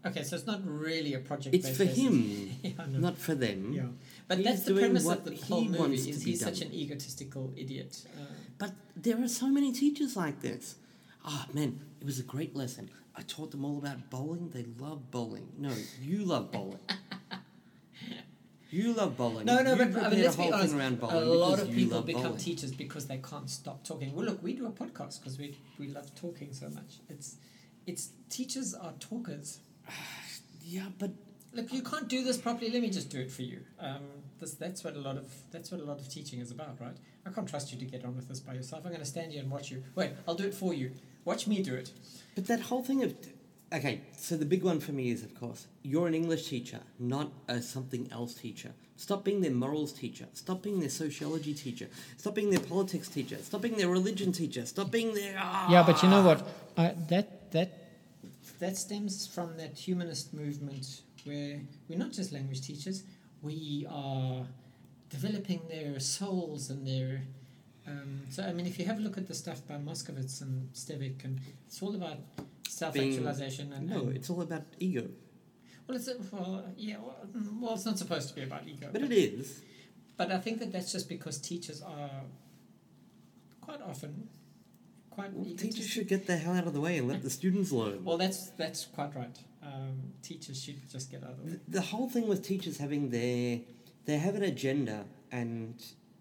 Speaker 10: Okay, so it's not really a project.
Speaker 11: It's for him,
Speaker 10: (laughs) yeah, I know.
Speaker 11: not for them.
Speaker 10: Yeah. But
Speaker 11: He's
Speaker 10: that's the
Speaker 11: doing
Speaker 10: premise
Speaker 11: what
Speaker 10: of the whole
Speaker 11: he
Speaker 10: movie.
Speaker 11: wants
Speaker 10: Is
Speaker 11: to be
Speaker 10: he's such
Speaker 11: done.
Speaker 10: an egotistical idiot? Uh,
Speaker 11: But there are so many teachers like this. Ah, man, it was a great lesson. I taught them all about bowling. They love bowling. No, you love bowling. you love bowling.
Speaker 10: No, no,
Speaker 11: you
Speaker 10: but I
Speaker 11: prepared
Speaker 10: mean,
Speaker 11: a
Speaker 10: let's be
Speaker 11: whole thing
Speaker 10: honest.
Speaker 11: around
Speaker 10: a
Speaker 11: bowling
Speaker 10: lot
Speaker 11: because
Speaker 10: of
Speaker 11: you
Speaker 10: people
Speaker 11: love
Speaker 10: become
Speaker 11: bowling.
Speaker 10: teachers because they can't stop talking. Well, look, we do a podcast because we we love talking so much. It's it's teachers are talkers.
Speaker 11: Yeah, but
Speaker 10: Look, you can't do this properly. Let me just do it for you. Um, this, that's what a lot of that's what a lot of teaching is about, right? I can't trust you to get on with this by yourself. I'm going to stand here and watch you. Wait, I'll do it for you. Watch me do it.
Speaker 11: But that whole thing of okay, so the big one for me is of course you're an English teacher, not a something else teacher. Stop being their morals teacher. Stop being their sociology teacher. Stop being their politics teacher. Stop being their religion teacher. Stop being their ah.
Speaker 10: Yeah, but you know what? I, that that Ah. that stems from that humanist movement where we're not just language teachers; we are developing their souls and their. Um, so I mean, if you have a look at the stuff by Moskovitz and Stevic, and it's all about self-actualization and,
Speaker 11: No,
Speaker 10: and-
Speaker 11: it's all about ego.
Speaker 10: well, it's well, yeah, well, mm, well, it's not supposed to be about ego,
Speaker 11: But it is.
Speaker 10: but I think that that's just because teachers are quite often quite
Speaker 11: Teachers
Speaker 10: egotistic.
Speaker 11: should get the hell out of the way and let the students learn.
Speaker 10: Well, that's that's quite right. Um, teachers should just get out of the way.
Speaker 11: the whole thing with teachers having their they have an agenda and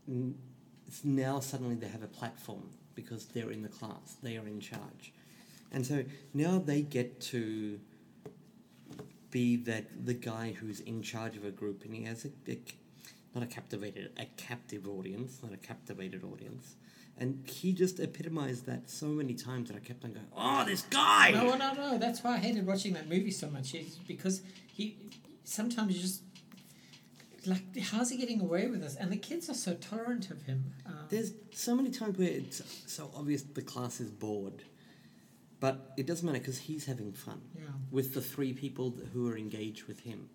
Speaker 11: n- s- now suddenly they have a platform because they're in the class they are in charge and so now they get to be that the guy who's in charge of a group and he has a, a c- not a captivated a captive audience not a captivated audience and he just epitomized that so many times that I kept on going, "Oh, this guy!"
Speaker 10: No, no, no. That's why I hated watching that movie so much. It's because he sometimes you just like how's he getting away with this? And the kids are so tolerant of him. Um,
Speaker 11: There's so many times where it's so obvious the class is bored, but it doesn't matter because he's having fun
Speaker 10: Yeah.
Speaker 11: with the three people th- who are engaged with him.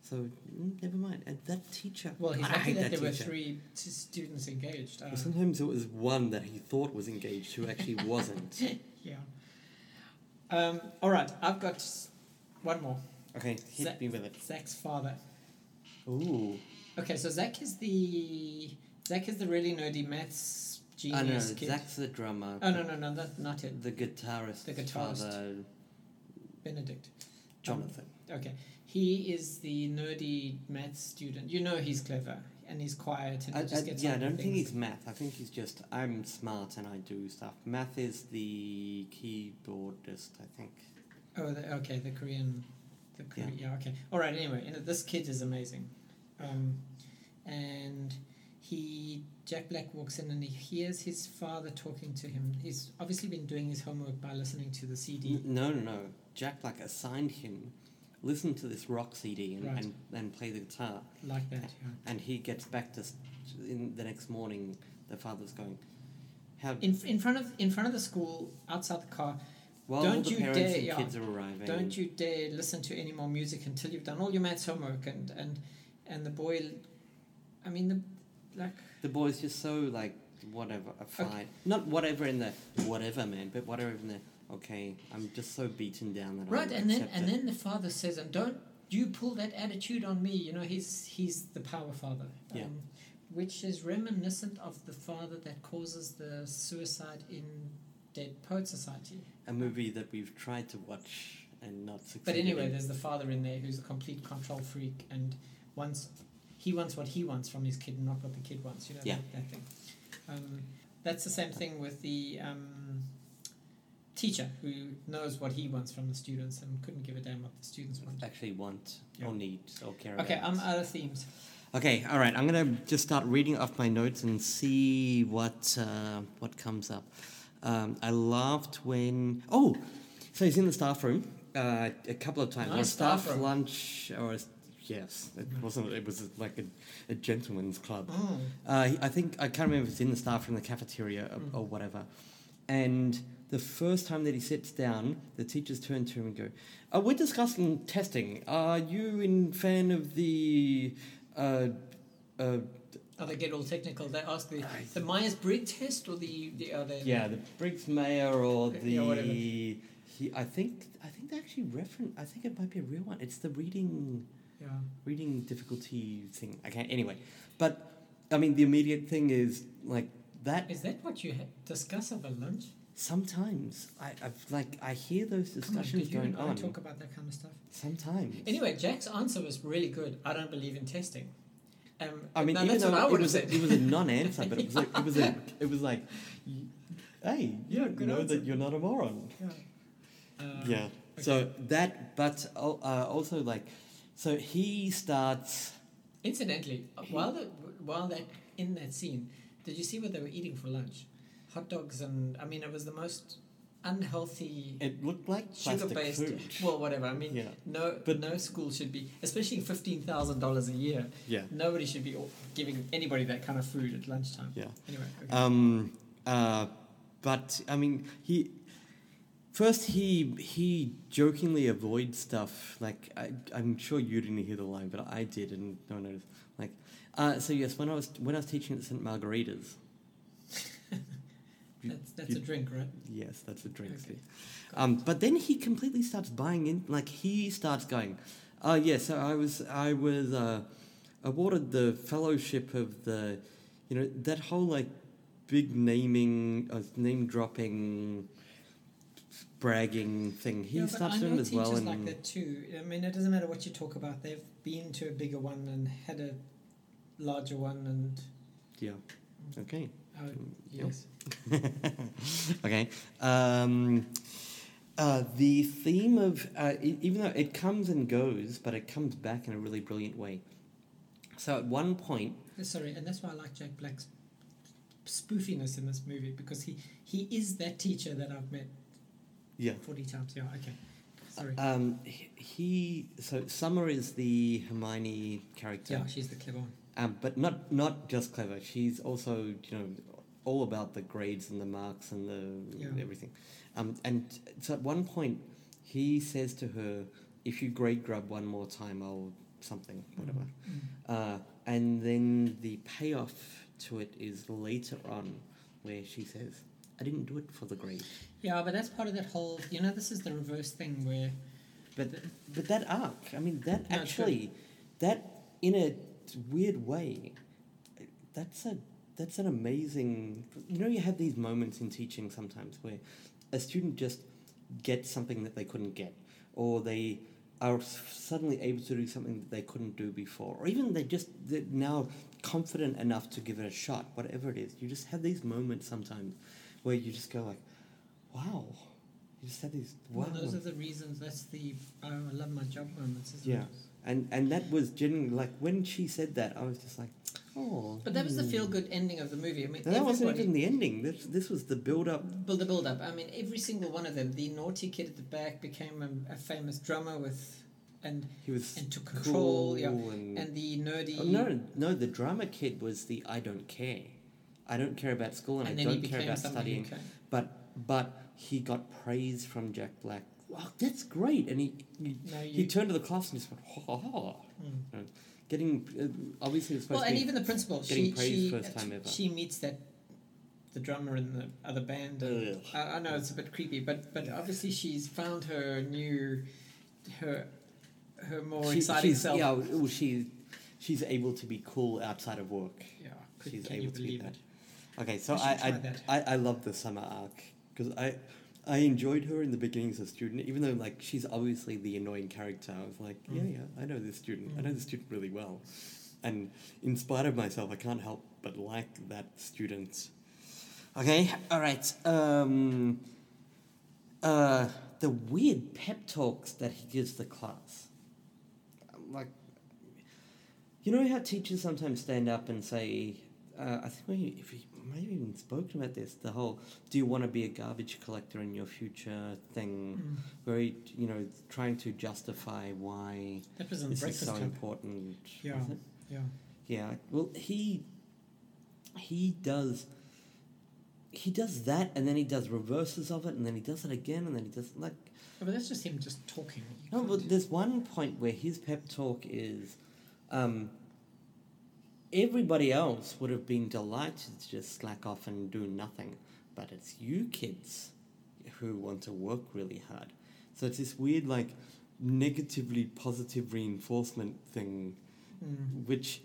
Speaker 11: So mm, never mind. And that teacher.
Speaker 10: well, he's
Speaker 11: God, I
Speaker 10: lucky
Speaker 11: hate
Speaker 10: that, there were
Speaker 11: teacher.
Speaker 10: three t- students engaged. Uh,
Speaker 11: Well, Sometimes it was one that he thought was engaged
Speaker 10: (laughs)
Speaker 11: who actually wasn't.
Speaker 10: yeah. Um, all right, I've got one more.
Speaker 11: Okay, hit
Speaker 10: Zac-
Speaker 11: me with it.
Speaker 10: Zach's father.
Speaker 11: Ooh,
Speaker 10: Okay, so Zach is the Zach is the really nerdy maths
Speaker 11: I know.
Speaker 10: genius kid.
Speaker 11: Oh, Zach's the drummer.
Speaker 10: Oh no no no that not it.
Speaker 11: The guitarist.
Speaker 10: The guitarist.
Speaker 11: Father,
Speaker 10: Benedict.
Speaker 11: Jonathan.
Speaker 10: Okay. He is the nerdy math student. You know he's clever and he's quiet and
Speaker 11: I,
Speaker 10: he just
Speaker 11: I-
Speaker 10: gets on
Speaker 11: yeah, I
Speaker 10: with
Speaker 11: don't think
Speaker 10: things.
Speaker 11: he's math. I think he's just I'm smart and I do stuff. Math is the keyboardist, I think.
Speaker 10: Oh, the, okay, the Korean, the Kore-
Speaker 11: Yeah.
Speaker 10: yeah. okay. All right. Anyway, you know, this kid is amazing, um, and he Jack Black walks in and he hears his father talking to him. He's
Speaker 11: Mm.
Speaker 10: obviously been doing his homework by listening to the CD.
Speaker 11: N- No, no, no. Jack Black assigned him listen to this rock CD and,
Speaker 10: Right.
Speaker 11: and, and play the guitar.
Speaker 10: Like that, yeah.
Speaker 11: And he gets back to s- in the next morning. The father's going, "How
Speaker 10: in, in front of in front of the school outside the car
Speaker 11: While all
Speaker 10: don't
Speaker 11: the
Speaker 10: you
Speaker 11: parents
Speaker 10: dare
Speaker 11: and
Speaker 10: yeah,
Speaker 11: kids are arriving.
Speaker 10: don't you dare listen to any more music until you've done all your maths homework and and and the boy i mean the like
Speaker 11: The boy's just so like whatever, uh, fine.
Speaker 10: Okay.
Speaker 11: Not whatever in the whatever man, but whatever in the okay. I'm just so beaten down that
Speaker 10: right
Speaker 11: I'll
Speaker 10: and then
Speaker 11: accept
Speaker 10: and
Speaker 11: it."
Speaker 10: then the father says and don't you pull that attitude on me you know he's he's the power father um,
Speaker 11: Yeah.
Speaker 10: which is reminiscent of the father that causes the suicide in dead poet society
Speaker 11: a movie that we've tried to watch and not succeeded.
Speaker 10: But anyway,
Speaker 11: in.
Speaker 10: there's the father in there who's a complete control freak and wants he wants what he wants from his kid, and not what the kid wants. You know
Speaker 11: Yeah.
Speaker 10: that, that thing. Um, that's the same thing with the um, teacher who knows what he wants from the students and couldn't give a damn what the students want.
Speaker 11: actually want
Speaker 10: Yeah.
Speaker 11: or need or care about.
Speaker 10: Okay, I'm uh, out of themes.
Speaker 11: Okay, all right. I'm gonna just start reading off my notes and see what uh, what comes up. Um, I laughed when oh, so he's in the staff room uh, a couple of times.
Speaker 10: Nice
Speaker 11: Or staff,
Speaker 10: staff room.
Speaker 11: lunch or a- yes, it
Speaker 10: Mm.
Speaker 11: wasn't. It was like a, a gentleman's club. Uh, he- I think I can't remember if it's in the staff room, the cafeteria, or,
Speaker 10: Mm.
Speaker 11: or whatever. And the first time that he sits down, the teachers turn to him and go, uh, "We're discussing testing. Are you in fan of the?" Uh, uh,
Speaker 10: Oh, they get all technical. They ask the the Myers Briggs test or the the other.
Speaker 11: yeah, the Briggs Mayor or the.
Speaker 10: Yeah, whatever.
Speaker 11: he, I think I think they actually reference. I think it might be a real one. It's the reading
Speaker 10: yeah.
Speaker 11: reading difficulty thing. Okay, anyway, but I mean the immediate thing is like that.
Speaker 10: Is that what you ha- discuss over lunch?
Speaker 11: Sometimes I I've, like I hear those
Speaker 10: Come on,
Speaker 11: discussions
Speaker 10: did you
Speaker 11: going
Speaker 10: and I
Speaker 11: on.
Speaker 10: talk about that kind of stuff?
Speaker 11: Sometimes.
Speaker 10: Anyway, Jack's answer was really good. I don't believe in testing. Um,
Speaker 11: I mean,
Speaker 10: now
Speaker 11: even
Speaker 10: that's
Speaker 11: though
Speaker 10: what I
Speaker 11: it
Speaker 10: would have
Speaker 11: was
Speaker 10: said.
Speaker 11: a, it was a
Speaker 10: (laughs)
Speaker 11: non-answer, but it was like, it was a, it was like, y- hey, you don't
Speaker 10: good
Speaker 11: know
Speaker 10: answer.
Speaker 11: that you're not a moron. (laughs)
Speaker 10: Uh,
Speaker 11: yeah. So that, but al- uh, also like, so he starts.
Speaker 10: (laughs) Incidentally, while the, while that in that scene, did you see what they were eating for lunch? Hot dogs and I mean, it was the most unhealthy.
Speaker 11: It looked like plastic
Speaker 10: Sugar-based,
Speaker 11: food.
Speaker 10: well, whatever. I mean,
Speaker 11: Yeah.
Speaker 10: no,
Speaker 11: But-
Speaker 10: no school should be, especially fifteen thousand dollars a year.
Speaker 11: Yeah.
Speaker 10: nobody should be o- giving anybody that kind of food at lunchtime.
Speaker 11: Yeah.
Speaker 10: Anyway, okay.
Speaker 11: Um, uh, but I mean, he first he he jokingly avoids stuff. Like I, I'm sure you didn't hear the line, but I did, and no one noticed. Like, uh, so yes, when I was when I was teaching at St Margarita's, you-
Speaker 10: that's that's
Speaker 11: you-
Speaker 10: a drink, right?
Speaker 11: yes, that's a drink.
Speaker 10: Okay.
Speaker 11: Steve. Um, but then he completely starts buying in. Like he starts going, "Oh yeah, so I was I was uh, awarded the fellowship of the, you know, that whole like big naming, uh, name dropping, bragging thing. He
Speaker 10: yeah, but
Speaker 11: starts
Speaker 10: I
Speaker 11: doing
Speaker 10: know
Speaker 11: it as well,
Speaker 10: teachers
Speaker 11: and
Speaker 10: like that too. I mean, it doesn't matter what you talk about; they've been to a bigger one and had a larger one, and
Speaker 11: yeah, okay.
Speaker 10: oh,
Speaker 11: Mm,
Speaker 10: yes,
Speaker 11: (laughs) okay. Um, uh, the theme of, uh, e- even though it comes and goes, but it comes back in a really brilliant way. So at one point,
Speaker 10: Uh, sorry, and that's why I like Jack Black's spoofiness in this movie because he he is that teacher that I've met
Speaker 11: yeah,
Speaker 10: forty times. Yeah, okay, sorry.
Speaker 11: um, he- he so Summer is the Hermione character,
Speaker 10: yeah, she's the clever one.
Speaker 11: um, but not not just clever. She's also you know all about the grades and the marks and the
Speaker 10: Yeah.
Speaker 11: everything. Um, and so at one point, he says to her, "If you grade grub one more time, I'll something whatever." Uh, and then the payoff to it is later on, where she says, "I didn't do it for the grade."
Speaker 10: Yeah, but that's part of that whole. You know, this is the reverse thing where
Speaker 11: But but that arc, I mean, that
Speaker 10: No, it's
Speaker 11: actually, that in a weird way, that's a that's an amazing. You know, you have these moments in teaching sometimes where a student just gets something that they couldn't get, or they are s- suddenly able to do something that they couldn't do before, or even they just they're now confident enough to give it a shot, whatever it is. You just have these moments sometimes where you just go like, wow. You just have these wow.
Speaker 10: well, those are the reasons. That's the oh, I love my job moments. Isn't
Speaker 11: Yeah,
Speaker 10: It?
Speaker 11: and and that was genuinely like when she said that, I was just like, oh.
Speaker 10: But that was the feel good ending of the movie. I mean,
Speaker 11: And that wasn't
Speaker 10: everybody-
Speaker 11: even the ending. This this was the build up.
Speaker 10: build the build up. I mean, every single one of them. The naughty kid at the back became a, a famous drummer with and
Speaker 11: He was
Speaker 10: and took control. yeah,
Speaker 11: cool and-
Speaker 10: and the nerdy.
Speaker 11: Oh, no, no, the drama kid was the I don't care. I don't care about school and,
Speaker 10: And
Speaker 11: I
Speaker 10: then he
Speaker 11: don't care
Speaker 10: became
Speaker 11: about
Speaker 10: somebody who
Speaker 11: studying.
Speaker 10: cared.
Speaker 11: But but he got praise from Jack Black. Wow, that's great! And he he,
Speaker 10: No,
Speaker 11: he
Speaker 10: you- Mm.
Speaker 11: turned to the class and just went, ha ha ha. You know, Getting uh, obviously it was supposed
Speaker 10: Well,
Speaker 11: to
Speaker 10: and
Speaker 11: be
Speaker 10: even the principal,
Speaker 11: getting
Speaker 10: she
Speaker 11: praised
Speaker 10: she,
Speaker 11: first time ever.
Speaker 10: she meets that the drummer in the other band. and-
Speaker 11: Ugh.
Speaker 10: I, I know it's a bit creepy, but but obviously she's found her new her her more
Speaker 11: She-
Speaker 10: exciting
Speaker 11: she's,
Speaker 10: self.
Speaker 11: Yeah, well, she's she's able to be cool outside of work.
Speaker 10: Yeah, could-
Speaker 11: she's
Speaker 10: can
Speaker 11: able
Speaker 10: you
Speaker 11: to be
Speaker 10: believe
Speaker 11: that.
Speaker 10: it?
Speaker 11: Okay, so
Speaker 10: I should
Speaker 11: I
Speaker 10: try
Speaker 11: I,
Speaker 10: that.
Speaker 11: I I love the summer arc because I I enjoyed her in the beginning as a student, even though like she's obviously the annoying character. I was like,
Speaker 10: Mm.
Speaker 11: yeah, yeah, I know this student. I know this student really well, and in spite of myself, I can't help but like that student. Okay, all right. Um, uh, the weird pep talks that he gives the class. Like, you know how teachers sometimes stand up and say, uh, I think we, if we maybe even spoken about this, the whole "Do you want to be a garbage collector in your future?" thing,
Speaker 10: Mm.
Speaker 11: where he, you know, trying to justify why
Speaker 10: That was in
Speaker 11: this is
Speaker 10: Breakfast
Speaker 11: so
Speaker 10: Club.
Speaker 11: important.
Speaker 10: Yeah,
Speaker 11: was it?
Speaker 10: yeah.
Speaker 11: Yeah, well, he he does he does that, and then he does reverses of it, and then he does it again, and then he does like.
Speaker 10: Oh, but that's just him just talking. You
Speaker 11: No,
Speaker 10: can't-
Speaker 11: but there's one point where his pep talk is, um, everybody else would have been delighted to just slack off and do nothing, but it's you kids who want to work really hard. So it's this weird like negatively positive reinforcement thing,
Speaker 10: Hmm.
Speaker 11: which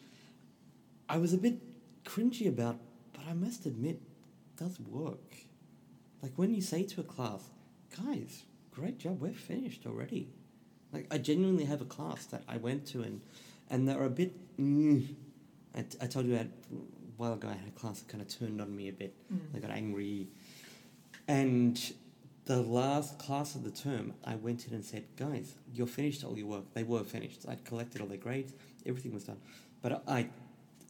Speaker 11: I was a bit cringy about, but I must admit does work. Like when you say to a class, guys, great job, we're finished already. Like I genuinely have a class that I went to and and they're a bit. Mm, I, t- I told you that a while ago I had a class that kind of turned on me a bit. They got angry. And the last class of the term, I went in and said, guys, you're finished all your work. They were finished. I'd collected all their grades, everything was done. But I,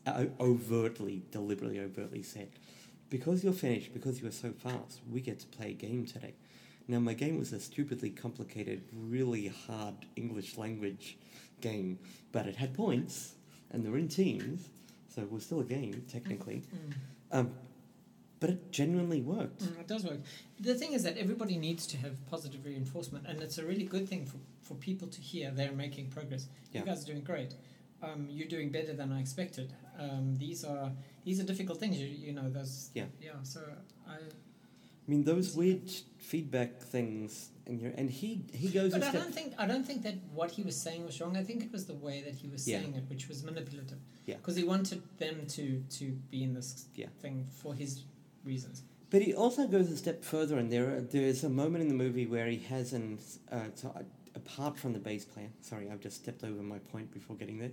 Speaker 11: I overtly, deliberately, overtly said, because you're finished, because you were so fast, we get to play a game today. Now, my game was a stupidly complicated, really hard English language game, but it had points, and they were in teams, so it was still a game, technically. Um, but it genuinely worked.
Speaker 10: Mm, it does work. The thing is that everybody needs to have positive reinforcement, and it's a really good thing for, for people to hear they're making progress.
Speaker 11: Yeah.
Speaker 10: You guys are doing great. Um, you're doing better than I expected. Um, these are these are difficult things. You, you know those.
Speaker 11: Yeah.
Speaker 10: Yeah. So I.
Speaker 11: I mean, those weird feedback things, and you and he he goes
Speaker 10: But
Speaker 11: a
Speaker 10: I
Speaker 11: step.
Speaker 10: don't think I don't think that what he was saying was wrong. I think it was the way that he was
Speaker 11: Yeah.
Speaker 10: saying it, which was manipulative.
Speaker 11: Yeah.
Speaker 10: Because he wanted them to to be in this
Speaker 11: Yeah.
Speaker 10: thing for his reasons.
Speaker 11: But he also goes a step further, and there there's a moment in the movie where he has an uh, so uh, apart from the bass player. Sorry, I've just stepped over my point before getting there.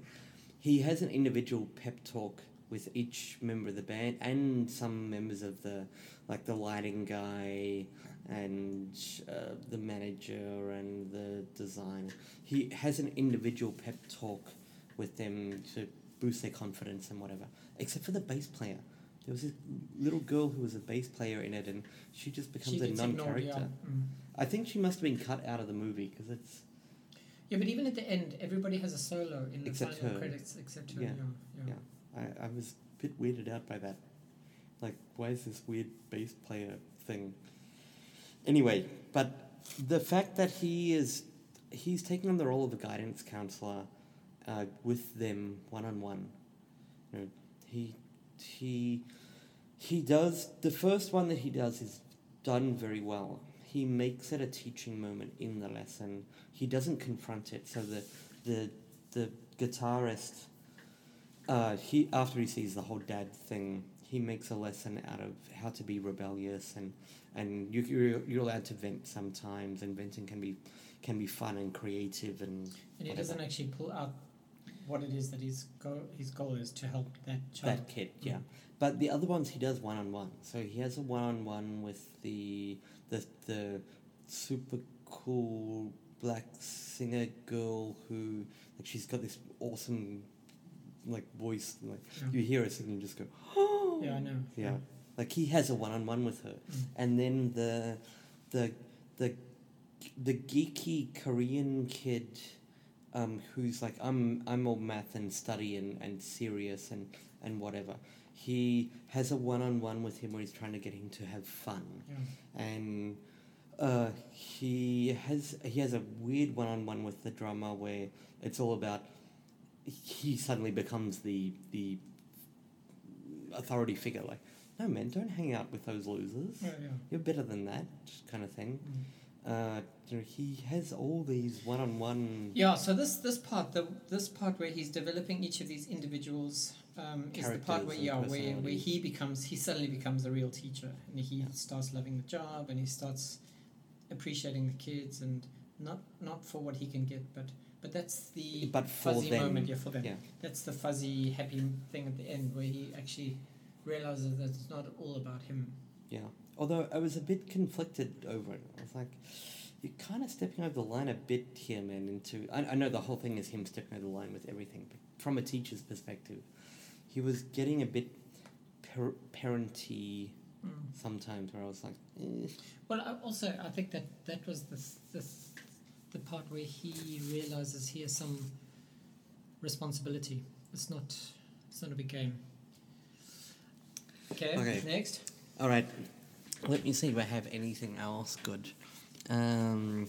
Speaker 11: He has an individual pep talk with each member of the band and some members of the like the lighting guy and uh, the manager and the designer. He has an individual pep talk with them to boost their confidence and whatever. Except for the bass player. There was this little girl who was a bass player in it, and she just becomes
Speaker 10: she
Speaker 11: a
Speaker 10: gets
Speaker 11: non
Speaker 10: ignored. Yeah.
Speaker 11: character.
Speaker 10: Mm.
Speaker 11: I think she must have been cut out of the movie because it's
Speaker 10: Yeah, but even at the end, everybody has a solo in the
Speaker 11: Except
Speaker 10: final
Speaker 11: her.
Speaker 10: credits except her.
Speaker 11: Yeah.
Speaker 10: Yeah, yeah.
Speaker 11: yeah. I, I was a bit weirded out by that. Like, why is this weird bass player thing? Anyway, but the fact that he is he's taking on the role of a guidance counselor uh, with them one on one. You know, he he he does the first one that he does is done very well. He makes it a teaching moment in the lesson. He doesn't confront it. So the the the guitarist uh, he after he sees the whole dad thing, he makes a lesson out of how to be rebellious and and you you're, you're allowed to vent sometimes, and venting can be can be fun and creative and.
Speaker 10: And he
Speaker 11: whatever.
Speaker 10: doesn't actually pull out what it is that his goal, his goal is to help that child.
Speaker 11: that kid, yeah. But the other ones he does one on one. So he has a one on one with the the the super cool black singer girl who like she's got this awesome like voice like
Speaker 10: Yeah.
Speaker 11: you hear her singing you just go
Speaker 10: Yeah, I know.
Speaker 11: Yeah. Like he has a one on one with her. And then the the the the geeky Korean kid um, who's like I'm I'm all math and study and, and serious and, and whatever. He has a one on one with him where he's trying to get him to have fun, and uh, he has he has a weird one on one with the drummer where it's all about he suddenly becomes the the authority figure. Like, no man, don't hang out with those losers.
Speaker 10: Yeah, Mm. yeah.
Speaker 11: You're better than that, kind of thing. Uh, you know, he has all these one-on-one
Speaker 10: Yeah, so this this part, the this part where he's developing each of these individuals, um, is the part
Speaker 11: Characters
Speaker 10: where
Speaker 11: and
Speaker 10: yeah, where, where
Speaker 11: personalities.
Speaker 10: he becomes he suddenly becomes a real teacher and he starts loving the job and he starts appreciating the kids and not not for what he can get, but but that's the
Speaker 11: But for
Speaker 10: fuzzy
Speaker 11: them,
Speaker 10: moment, yeah, for them.
Speaker 11: yeah.
Speaker 10: That's the fuzzy happy thing at the end where he actually realizes that it's not all about him.
Speaker 11: Yeah. Although I was a bit conflicted over it. I was like, you're kind of stepping over the line a bit here, man. Into I, I know the whole thing is him stepping over the line with everything, but from a teacher's perspective, he was getting a bit per- parenty
Speaker 10: Mm.
Speaker 11: sometimes, where I was like, eh.
Speaker 10: Well, I also I think that that was the the the part where he realizes he has some responsibility. It's not it's not a big game. Okay.
Speaker 11: Okay.
Speaker 10: Next.
Speaker 11: all right, let me see if I have anything else good. Um,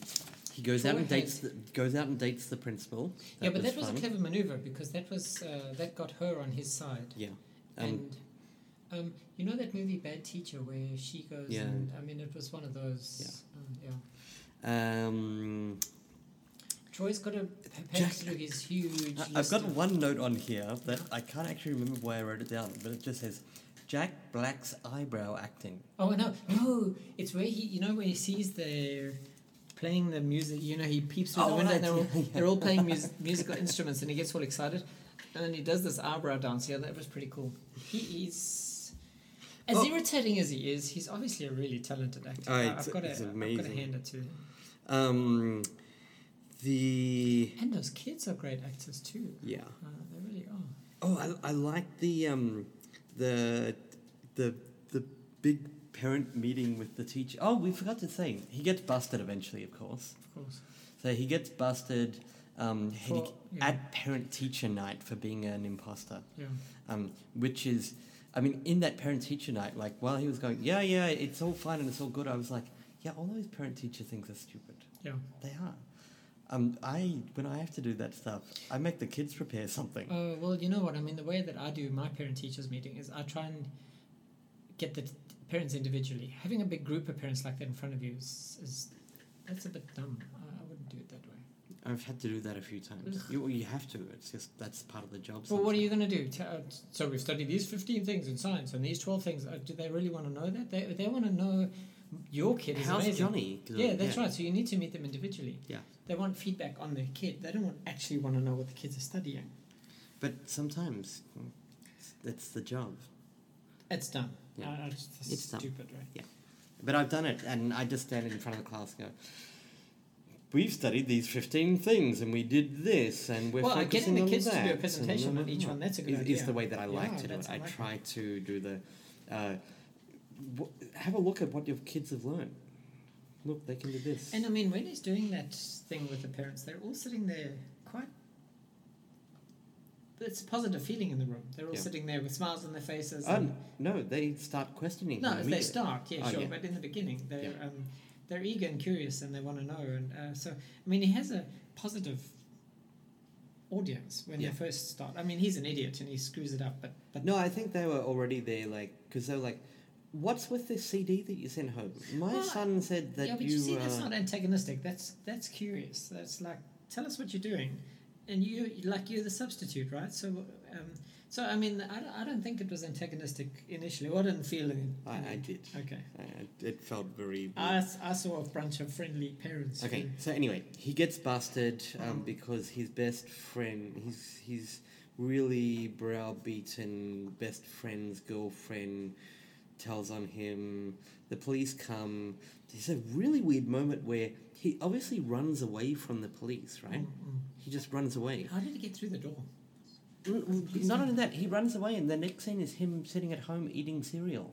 Speaker 11: he goes
Speaker 10: Go
Speaker 11: out and
Speaker 10: ahead.
Speaker 11: dates the, goes out and dates the principal.
Speaker 10: yeah, but that was
Speaker 11: fun.
Speaker 10: a clever maneuver because that was uh, that got her on his side.
Speaker 11: yeah. Um,
Speaker 10: and um, you know that movie Bad Teacher where she goes
Speaker 11: Yeah.
Speaker 10: and I mean it was one of those. Yeah. yeah.
Speaker 11: um,
Speaker 10: Troy's got to
Speaker 11: Jack-
Speaker 10: perhaps through his huge.
Speaker 11: I- I've
Speaker 10: list
Speaker 11: got
Speaker 10: of-
Speaker 11: one note on here that I can't actually remember why I wrote it down, but it just says Jack Black's eyebrow acting.
Speaker 10: Oh no, no! It's where he, you know, when he sees the playing the music. You know, he peeps through the
Speaker 11: Oh,
Speaker 10: window. And
Speaker 11: right,
Speaker 10: they're, all,
Speaker 11: yeah, yeah.
Speaker 10: they're all playing
Speaker 11: (laughs)
Speaker 10: mus- musical instruments, and he gets all excited, and then he does this eyebrow dance. Yeah, that was pretty cool. He, he's as
Speaker 11: Oh.
Speaker 10: irritating as he is. He's obviously a really talented actor.
Speaker 11: Oh,
Speaker 10: I-
Speaker 11: it's-
Speaker 10: I've got
Speaker 11: it's
Speaker 10: to, I've got
Speaker 11: amazing.
Speaker 10: to hand it to him.
Speaker 11: Um, the
Speaker 10: And those kids are great actors too.
Speaker 11: yeah.
Speaker 10: Uh, they really are.
Speaker 11: Oh, I, I like the um, the the the big parent meeting with the teacher. Oh, we forgot to say he gets busted eventually, of course.
Speaker 10: Of course.
Speaker 11: So he gets busted um, he-
Speaker 10: For- yeah.
Speaker 11: at parent teacher night for being an imposter.
Speaker 10: Yeah.
Speaker 11: um, which is, I mean, in that parent teacher night, like while he was going, yeah, yeah, it's all fine and it's all good, I was like, yeah, all those parent teacher things are stupid.
Speaker 10: Yeah.
Speaker 11: They are. Um, I when I have to do that stuff, I make the kids prepare something.
Speaker 10: Uh, well, you know what? I mean, the way that I do my parent teachers meeting is I try and get the t- parents individually. Having a big group of parents like that in front of you is, is that's a bit dumb. I, I wouldn't do it that way.
Speaker 11: I've had to do that a few times. You you have to. It's just that's part of the job.
Speaker 10: Well, what are you
Speaker 11: sometimes.
Speaker 10: going to do? T- uh, t- so we've studied these 15 things in science and these 12 things. Uh, do they really want to know that? They, they want to know your kid is
Speaker 11: How's
Speaker 10: amazing.
Speaker 11: Johnny? doing?
Speaker 10: Yeah, that's right. So you need to meet them individually.
Speaker 11: Yeah,
Speaker 10: They want feedback on their kid. They don't want, actually want to know what the kids are studying.
Speaker 11: but sometimes mm, it's- that's the job.
Speaker 10: It's dumb.
Speaker 11: Yeah.
Speaker 10: I- I just- that's
Speaker 11: It's dumb.
Speaker 10: stupid, right?
Speaker 11: But I've done it, and I just stand in front of the class and go, We've studied these 15 things, and we did this, and we're
Speaker 10: Well, I get
Speaker 11: focusing
Speaker 10: the
Speaker 11: on
Speaker 10: kids to do a
Speaker 11: that, and
Speaker 10: presentation on
Speaker 11: blah, blah,
Speaker 10: each
Speaker 11: blah."
Speaker 10: one. That's a good
Speaker 11: is, Is
Speaker 10: idea.
Speaker 11: the way that I like
Speaker 10: Yeah,
Speaker 11: to do
Speaker 10: that's
Speaker 11: it. I
Speaker 10: like
Speaker 11: try to do the. Uh, w- have a look at what your kids have learned. Look, they can do this.
Speaker 10: And I mean, when he's doing that thing with the parents, they're all sitting there quite. It's a positive feeling in the room. They're all
Speaker 11: Yeah.
Speaker 10: sitting there with smiles on their faces.
Speaker 11: oh,
Speaker 10: and-
Speaker 11: no, they start questioning.
Speaker 10: no,
Speaker 11: him
Speaker 10: if they
Speaker 11: immediately.
Speaker 10: start, yeah,
Speaker 11: Oh,
Speaker 10: sure.
Speaker 11: yeah.
Speaker 10: But in the beginning, they're
Speaker 11: Yeah.
Speaker 10: um, they're eager and curious, and they want to know. And uh, so, I mean, he has a positive audience when
Speaker 11: Yeah.
Speaker 10: they first start. I mean, he's an idiot and he screws it up, but but
Speaker 11: No, I think they were already there, like, because they were like, What's with this CD that you sent home? My
Speaker 10: Well,
Speaker 11: son said that
Speaker 10: yeah, but
Speaker 11: you.
Speaker 10: you, see, that's
Speaker 11: uh,
Speaker 10: not antagonistic. That's that's curious. That's like, tell us what you're doing, and you like you're the substitute, right? So, um, so I mean, I, don't- I don't think it was antagonistic initially. Well, I didn't feel it.
Speaker 11: I, I did.
Speaker 10: Okay.
Speaker 11: I, I- Uh, it felt very.
Speaker 10: I, s- I saw a bunch of friendly parents.
Speaker 11: Okay, so anyway, he gets busted
Speaker 10: Uh-huh.
Speaker 11: um, because his best friend, his his really browbeaten best friend's girlfriend, tells on him. The police come. There's a really weird moment where he obviously runs away from the police, right? He just runs away.
Speaker 10: Mm-hmm. How did he get through the door?
Speaker 11: N- n- Not only that, he runs away, and the next scene is him sitting at home eating cereal.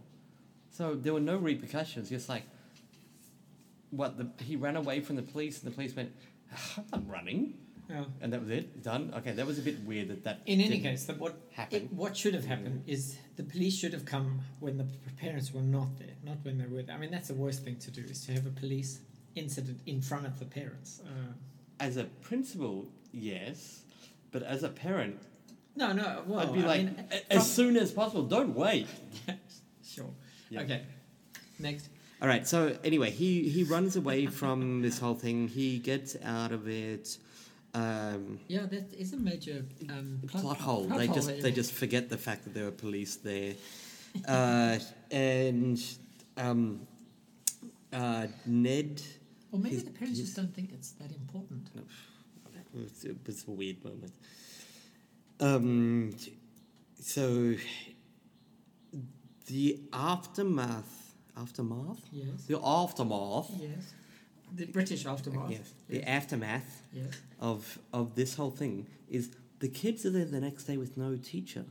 Speaker 11: So there were no repercussions. Just like, what the he ran away from the police, and the police went, "Ah, "I'm running.
Speaker 10: Yeah.
Speaker 11: and that was it. Done. Okay, that was a bit weird that that.
Speaker 10: In any
Speaker 11: didn't-
Speaker 10: case, that what
Speaker 11: happen. Mm.
Speaker 10: it- what should have happened is the police should have come when the p- parents were not there, not when they were there. I mean, that's the worst thing to do is to have a police incident in front of the parents. Uh,
Speaker 11: as a principal, yes, but as a parent,
Speaker 10: no, no. Well,
Speaker 11: I'd be
Speaker 10: I
Speaker 11: like,
Speaker 10: mean,
Speaker 11: "A- as soon as possible, don't wait.
Speaker 10: sure.
Speaker 11: Yeah.
Speaker 10: Okay. Next.
Speaker 11: All right. So anyway, he he runs away from this whole thing. He gets out of it. Um,
Speaker 10: Yeah, that is a major um,
Speaker 11: plot, hole. they
Speaker 10: hole
Speaker 11: just
Speaker 10: there.
Speaker 11: they just forget the fact that there were police there, uh, and um, uh, Ned.
Speaker 10: Or maybe
Speaker 11: his-
Speaker 10: the parents just don't think it's that important.
Speaker 11: It was, it was a weird moment. Um, so the aftermath, aftermath,
Speaker 10: Yes.
Speaker 11: the aftermath,
Speaker 10: Yes. The British aftermath.
Speaker 11: yes, the aftermath
Speaker 10: Yes.
Speaker 11: of of this whole thing is the kids are there the next day with no teacher.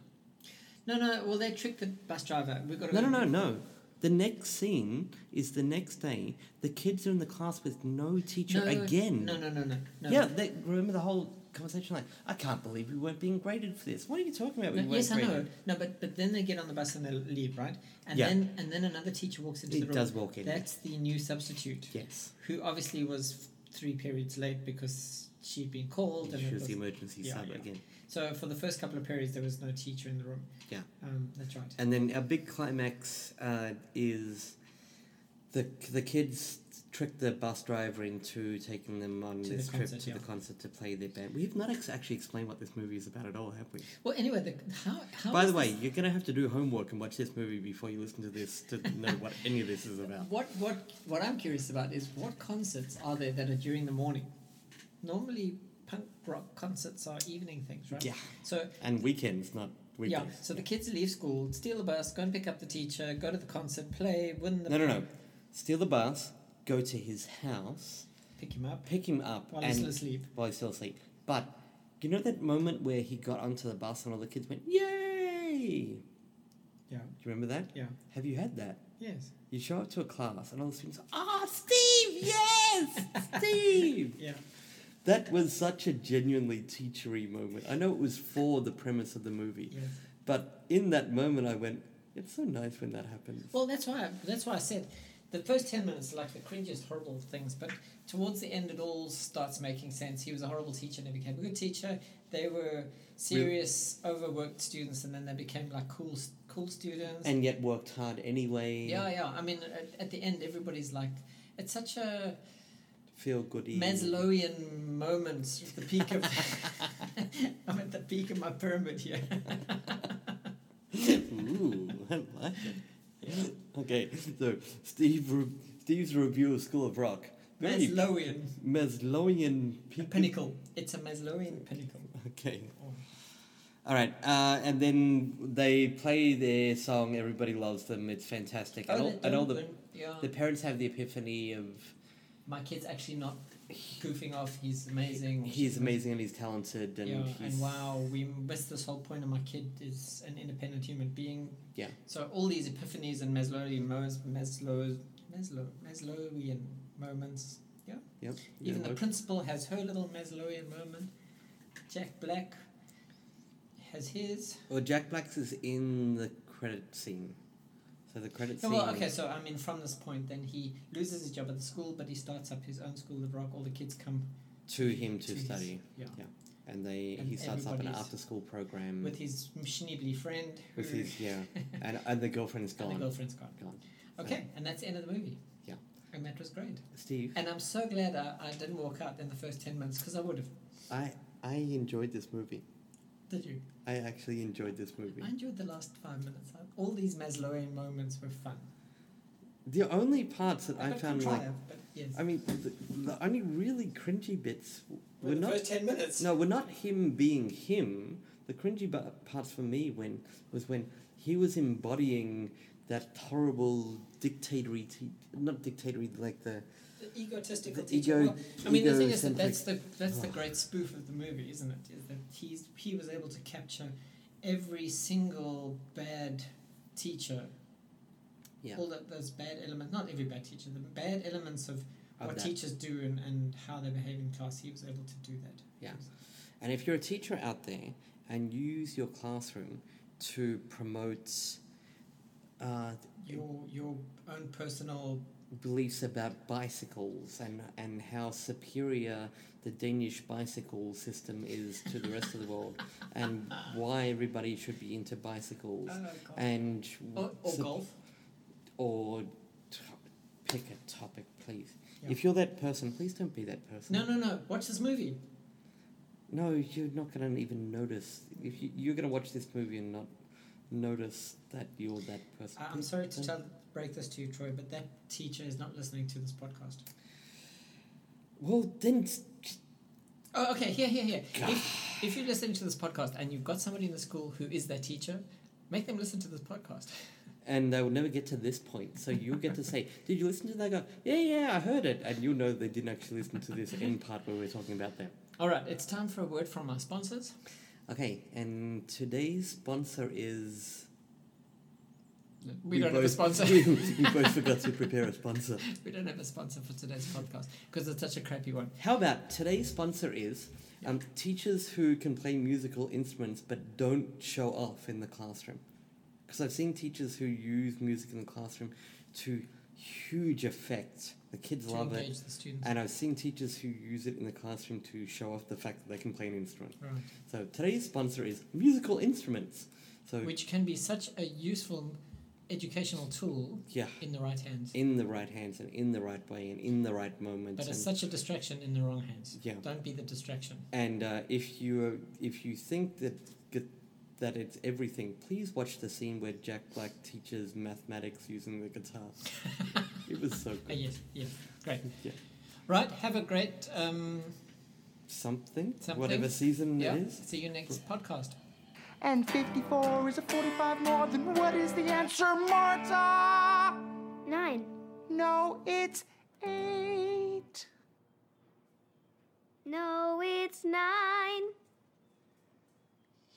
Speaker 10: No, no. Well, they tricked the bus driver. We've got to
Speaker 11: No, no, no, no. The next scene is the next day. The kids are in the class with no teacher again.
Speaker 10: No, no, no, no. no.
Speaker 11: Yeah, they, remember the whole conversation like, I can't believe we weren't being graded for this. What are you talking about?
Speaker 10: No,
Speaker 11: We weren't
Speaker 10: yes, I know.
Speaker 11: graded?
Speaker 10: No, but but then they get on the bus and they leave, right? And
Speaker 11: Yeah.
Speaker 10: then and then another teacher walks into
Speaker 11: He
Speaker 10: the room.
Speaker 11: does walk in.
Speaker 10: That's the new substitute.
Speaker 11: Yes.
Speaker 10: Who obviously was f- three periods late because she'd been called. and
Speaker 11: She
Speaker 10: it
Speaker 11: was the
Speaker 10: was-
Speaker 11: emergency
Speaker 10: Yeah,
Speaker 11: sub
Speaker 10: yeah.
Speaker 11: again.
Speaker 10: So for the first couple of periods, there was no teacher in the room.
Speaker 11: Yeah.
Speaker 10: Um, that's right.
Speaker 11: And then a big climax uh, is the the kids trick the bus driver into taking them on
Speaker 10: To the
Speaker 11: this trip
Speaker 10: concert,
Speaker 11: to the
Speaker 10: yeah.
Speaker 11: concert to play their band. We've not ex- actually explained what this movie is about at all, have we?
Speaker 10: Well, anyway, the, how how.
Speaker 11: By
Speaker 10: is
Speaker 11: the way,
Speaker 10: this-
Speaker 11: you're gonna have to do homework and watch this movie before you listen to this to know what any of this is about.
Speaker 10: What what what I'm curious about is what concerts are there that are during the morning? Normally, punk rock concerts are evening things, right?
Speaker 11: Yeah.
Speaker 10: So
Speaker 11: And weekends, not
Speaker 10: yeah,
Speaker 11: weekdays.
Speaker 10: so the kids leave school, steal the bus, go and pick up the teacher, go to the concert, play, win the
Speaker 11: No, no, no. Steal the bus, go to his house,
Speaker 10: pick him up.
Speaker 11: pick him up,
Speaker 10: While
Speaker 11: and
Speaker 10: he's still asleep.
Speaker 11: While he's still asleep, but you know that moment where he got onto the bus and all the kids went, "Yay!"
Speaker 10: Yeah.
Speaker 11: Do you remember that?
Speaker 10: Yeah.
Speaker 11: Have you had that?
Speaker 10: Yes.
Speaker 11: You show up to a class and all the students, "Ah, Steve! Yes, Steve!"
Speaker 10: Yeah.
Speaker 11: That was such a genuinely teachery moment. I know it was for the premise of the movie,
Speaker 10: Yes.
Speaker 11: but in that moment, I went, "It's so nice when that happens."
Speaker 10: Well, that's why I, that's why I said the first ten minutes are like the cringiest, horrible things. But towards the end, it all starts making sense. He was a horrible teacher, and he became a good teacher. They were serious, overworked students, and then they became like cool, s- cool students.
Speaker 11: And yet worked hard anyway.
Speaker 10: yeah, yeah. I mean, at, at the end, everybody's like, it's such a
Speaker 11: Feel goody.
Speaker 10: Maslowian moment, the peak of.
Speaker 11: (laughs)
Speaker 10: (laughs) I'm at the peak of my pyramid here.
Speaker 11: Ooh, I like it. Okay, so Steve, re- Steve's review of School of Rock. Very
Speaker 10: Maslowian
Speaker 11: Maslowian peak-
Speaker 10: pinnacle. It's a Maslowian pinnacle.
Speaker 11: Okay. All right, uh, and then they play their song. Everybody loves them. It's fantastic, and all,
Speaker 10: that-
Speaker 11: and all
Speaker 10: that
Speaker 11: the
Speaker 10: one, yeah.
Speaker 11: the parents have the epiphany of
Speaker 10: my kid's actually not goofing off. He's amazing.
Speaker 11: he's amazing and he's talented and
Speaker 10: Yeah,
Speaker 11: he's
Speaker 10: and wow, we missed this whole point of my kid is an independent human being.
Speaker 11: yeah.
Speaker 10: So all these epiphanies and Maslowian moments, Maslow, Maslow, Maslowian moments. Yeah.
Speaker 11: Yep.
Speaker 10: Even
Speaker 11: yeah,
Speaker 10: the principal has her little Maslowian moment. Jack Black has his.
Speaker 11: well, Jack Black's is in the credit scene, so the credit
Speaker 10: No,
Speaker 11: scene.
Speaker 10: Oh, well, okay, so I mean, from this point, then he loses his job at the school, but he starts up his own school of rock. All the kids come
Speaker 11: to him to
Speaker 10: to his-
Speaker 11: study.
Speaker 10: yeah.
Speaker 11: yeah. And they
Speaker 10: And
Speaker 11: he starts up an
Speaker 10: everybody's-
Speaker 11: after school program
Speaker 10: with his schnibbly friend.
Speaker 11: with
Speaker 10: who-
Speaker 11: his
Speaker 10: (laughs)
Speaker 11: yeah, and and the girlfriend's
Speaker 10: And
Speaker 11: gone.
Speaker 10: the girlfriend's gone.
Speaker 11: Gone.
Speaker 10: Okay, and that's the end of the movie.
Speaker 11: Yeah.
Speaker 10: And that was great.
Speaker 11: Steve,
Speaker 10: And I'm so glad I, I didn't walk out in the first 10 minutes because I would have.
Speaker 11: I I enjoyed this movie.
Speaker 10: Did you?
Speaker 11: I actually enjoyed this movie.
Speaker 10: I enjoyed the last five minutes. I- All these Maslowian moments were fun.
Speaker 11: The only parts that I,
Speaker 10: got
Speaker 11: found like,
Speaker 10: contrived, but yes.
Speaker 11: I mean, the, the only really cringy bits w-
Speaker 10: Were
Speaker 11: were
Speaker 10: the
Speaker 11: not
Speaker 10: first 10 minutes.
Speaker 11: No, were not him being him. The cringy bu- parts for me when was when he was embodying that horrible dictatory, te- not dictatory, like the
Speaker 10: The egotistical
Speaker 11: The
Speaker 10: teacher.
Speaker 11: ego-
Speaker 10: well, I mean, the thing is that
Speaker 11: egocentric-
Speaker 10: that's the that's the
Speaker 11: Oh.
Speaker 10: great spoof of the movie, isn't it? Is that he's he was able to capture every single bad teacher.
Speaker 11: Yeah.
Speaker 10: All that those bad elements, not every bad teacher, the bad elements of
Speaker 11: of
Speaker 10: what
Speaker 11: that.
Speaker 10: teachers do and, and how they behave in class. He was able to do that.
Speaker 11: Yeah. And if you're a teacher out there and use your classroom to promote uh,
Speaker 10: Your your own personal
Speaker 11: beliefs about bicycles and, and how superior the Danish bicycle system is to the rest of the
Speaker 10: (laughs)
Speaker 11: world and why everybody should be into bicycles
Speaker 10: Oh, God.
Speaker 11: and
Speaker 10: or, or
Speaker 11: sup-
Speaker 10: golf.
Speaker 11: or t- pick a topic please
Speaker 10: Yeah.
Speaker 11: if you're that person please don't be that person
Speaker 10: No, no, no. Watch this movie.
Speaker 11: No, you're not going to even notice. If you, you're going to watch this movie and not notice that you're that person.
Speaker 10: I, I'm sorry to tell, break this to you, Troy, but that teacher is not listening to this podcast.
Speaker 11: Well, then s-
Speaker 10: Oh, okay. Here, here, here. If, if you're listening to this podcast and you've got somebody in the school who is their teacher, make them listen to this podcast.
Speaker 11: and they will never get to this point. So you'll get to (laughs) say, "Did you listen to that?" Go, "Yeah, yeah, I heard it," and you'll know they didn't actually listen to this end part where we're talking about them.
Speaker 10: All right, it's time for a word from our sponsors.
Speaker 11: Okay, and today's sponsor is.
Speaker 10: We, don't have a
Speaker 11: both- (laughs)
Speaker 10: sponsor.
Speaker 11: We, we both forgot to prepare a sponsor.
Speaker 10: (laughs) we don't have a sponsor for today's podcast because it's such a crappy one.
Speaker 11: How about today's sponsor is um, teachers who can play musical instruments but don't show off in the classroom. Because I've seen teachers who use music in the classroom to huge effect. The kids
Speaker 10: To
Speaker 11: love
Speaker 10: engage
Speaker 11: it.
Speaker 10: the students.
Speaker 11: And I've seen teachers who use it in the classroom to show off the fact that they can play an instrument.
Speaker 10: Right.
Speaker 11: So today's sponsor is musical instruments. So
Speaker 10: Which can be such a useful educational tool
Speaker 11: yeah,
Speaker 10: in the right hands,
Speaker 11: in the right hands and in the right way and in the right moments.
Speaker 10: but
Speaker 11: and
Speaker 10: it's such a distraction in the wrong hands.
Speaker 11: Yeah.
Speaker 10: Don't be the distraction.
Speaker 11: And uh, if you if you think that g- that it's everything, please watch the scene where Jack Black teaches mathematics using the
Speaker 10: (laughs)
Speaker 11: guitar. it was so
Speaker 10: Ah,
Speaker 11: good.
Speaker 10: yes, yes, great.
Speaker 11: Yeah.
Speaker 10: Right, have a great um,
Speaker 11: Something,
Speaker 10: Something?
Speaker 11: whatever season
Speaker 10: yeah.
Speaker 11: it is.
Speaker 10: See you next podcast.
Speaker 6: And 54 is a 45 more than what is the answer, Marta?
Speaker 2: Nine.
Speaker 6: No, it's eight.
Speaker 2: No, it's nine.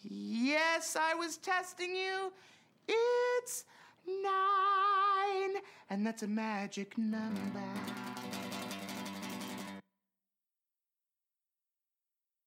Speaker 6: Yes, I was testing you. It's nine. And that's a magic number.